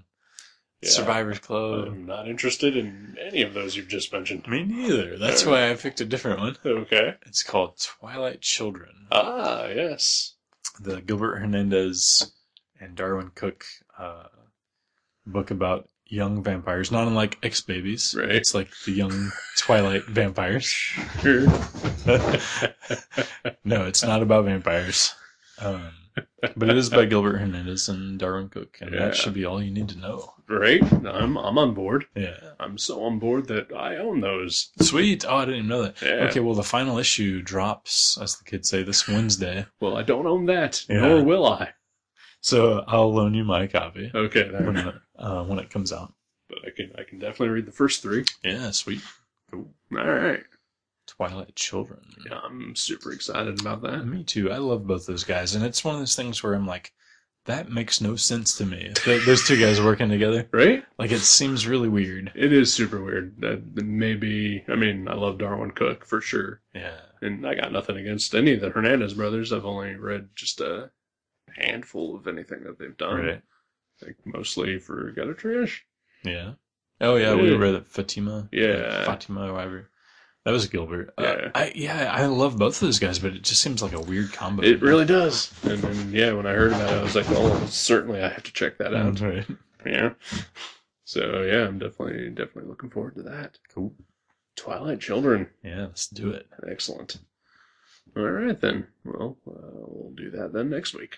[SPEAKER 2] Survivors Club.
[SPEAKER 1] I'm not interested in any of those you've just mentioned.
[SPEAKER 2] Me neither. That's why I picked a different one.
[SPEAKER 1] Okay.
[SPEAKER 2] It's called Twilight Children.
[SPEAKER 1] Ah, yes.
[SPEAKER 2] The Gilbert Hernandez and Darwin Cook uh, book about young vampires, not unlike X Babies.
[SPEAKER 1] Right.
[SPEAKER 2] It's like the young Twilight vampires.
[SPEAKER 1] Sure.
[SPEAKER 2] no, it's not about vampires. Um, but it is by Gilbert Hernandez and Darwin Cook, and
[SPEAKER 1] Yeah.
[SPEAKER 2] that should be all you need to know.
[SPEAKER 1] Great. I'm I'm on board.
[SPEAKER 2] Yeah.
[SPEAKER 1] I'm so on board that I own those.
[SPEAKER 2] Sweet. Oh, I didn't even know that.
[SPEAKER 1] Yeah.
[SPEAKER 2] Okay, well, the final issue drops, as the kids say, this Wednesday.
[SPEAKER 1] Well, I don't own that,
[SPEAKER 2] Yeah.
[SPEAKER 1] nor will I.
[SPEAKER 2] So I'll loan you my copy
[SPEAKER 1] Okay, there.
[SPEAKER 2] when it, uh, when it comes out.
[SPEAKER 1] but I can I can definitely read the first three.
[SPEAKER 2] Yeah, sweet.
[SPEAKER 1] All right.
[SPEAKER 2] Twilight Children.
[SPEAKER 1] Yeah, I'm super excited about
[SPEAKER 2] Uh,
[SPEAKER 1] that.
[SPEAKER 2] Me too. I love both those guys, and it's one of those things where I'm like, that makes no sense to me. Th- those two guys working together,
[SPEAKER 1] Right?
[SPEAKER 2] like it seems really weird.
[SPEAKER 1] It is super weird. That that maybe I mean I love Darwin Cook for sure,
[SPEAKER 2] Yeah.
[SPEAKER 1] and I got nothing against any of the Hernandez brothers. I've only read just a handful of anything that they've done.
[SPEAKER 2] Right.
[SPEAKER 1] Like mostly for gutter trash.
[SPEAKER 2] Yeah. Oh yeah, we
[SPEAKER 1] Yeah.
[SPEAKER 2] read it. Fatima.
[SPEAKER 1] Yeah.
[SPEAKER 2] Fatima, or whatever. That was Gilbert. Uh,
[SPEAKER 1] Yeah.
[SPEAKER 2] I, yeah, I love both of those guys, but it just seems like a weird combo.
[SPEAKER 1] It really does. And, and yeah, when I heard about it, I was like, oh, certainly I have to check that out.
[SPEAKER 2] sounds right.
[SPEAKER 1] Yeah. So yeah, I'm definitely definitely looking forward to that.
[SPEAKER 2] Cool.
[SPEAKER 1] Twilight Children,
[SPEAKER 2] Yeah, let's do it.
[SPEAKER 1] excellent. All right then. Well, uh, we'll do that then next week.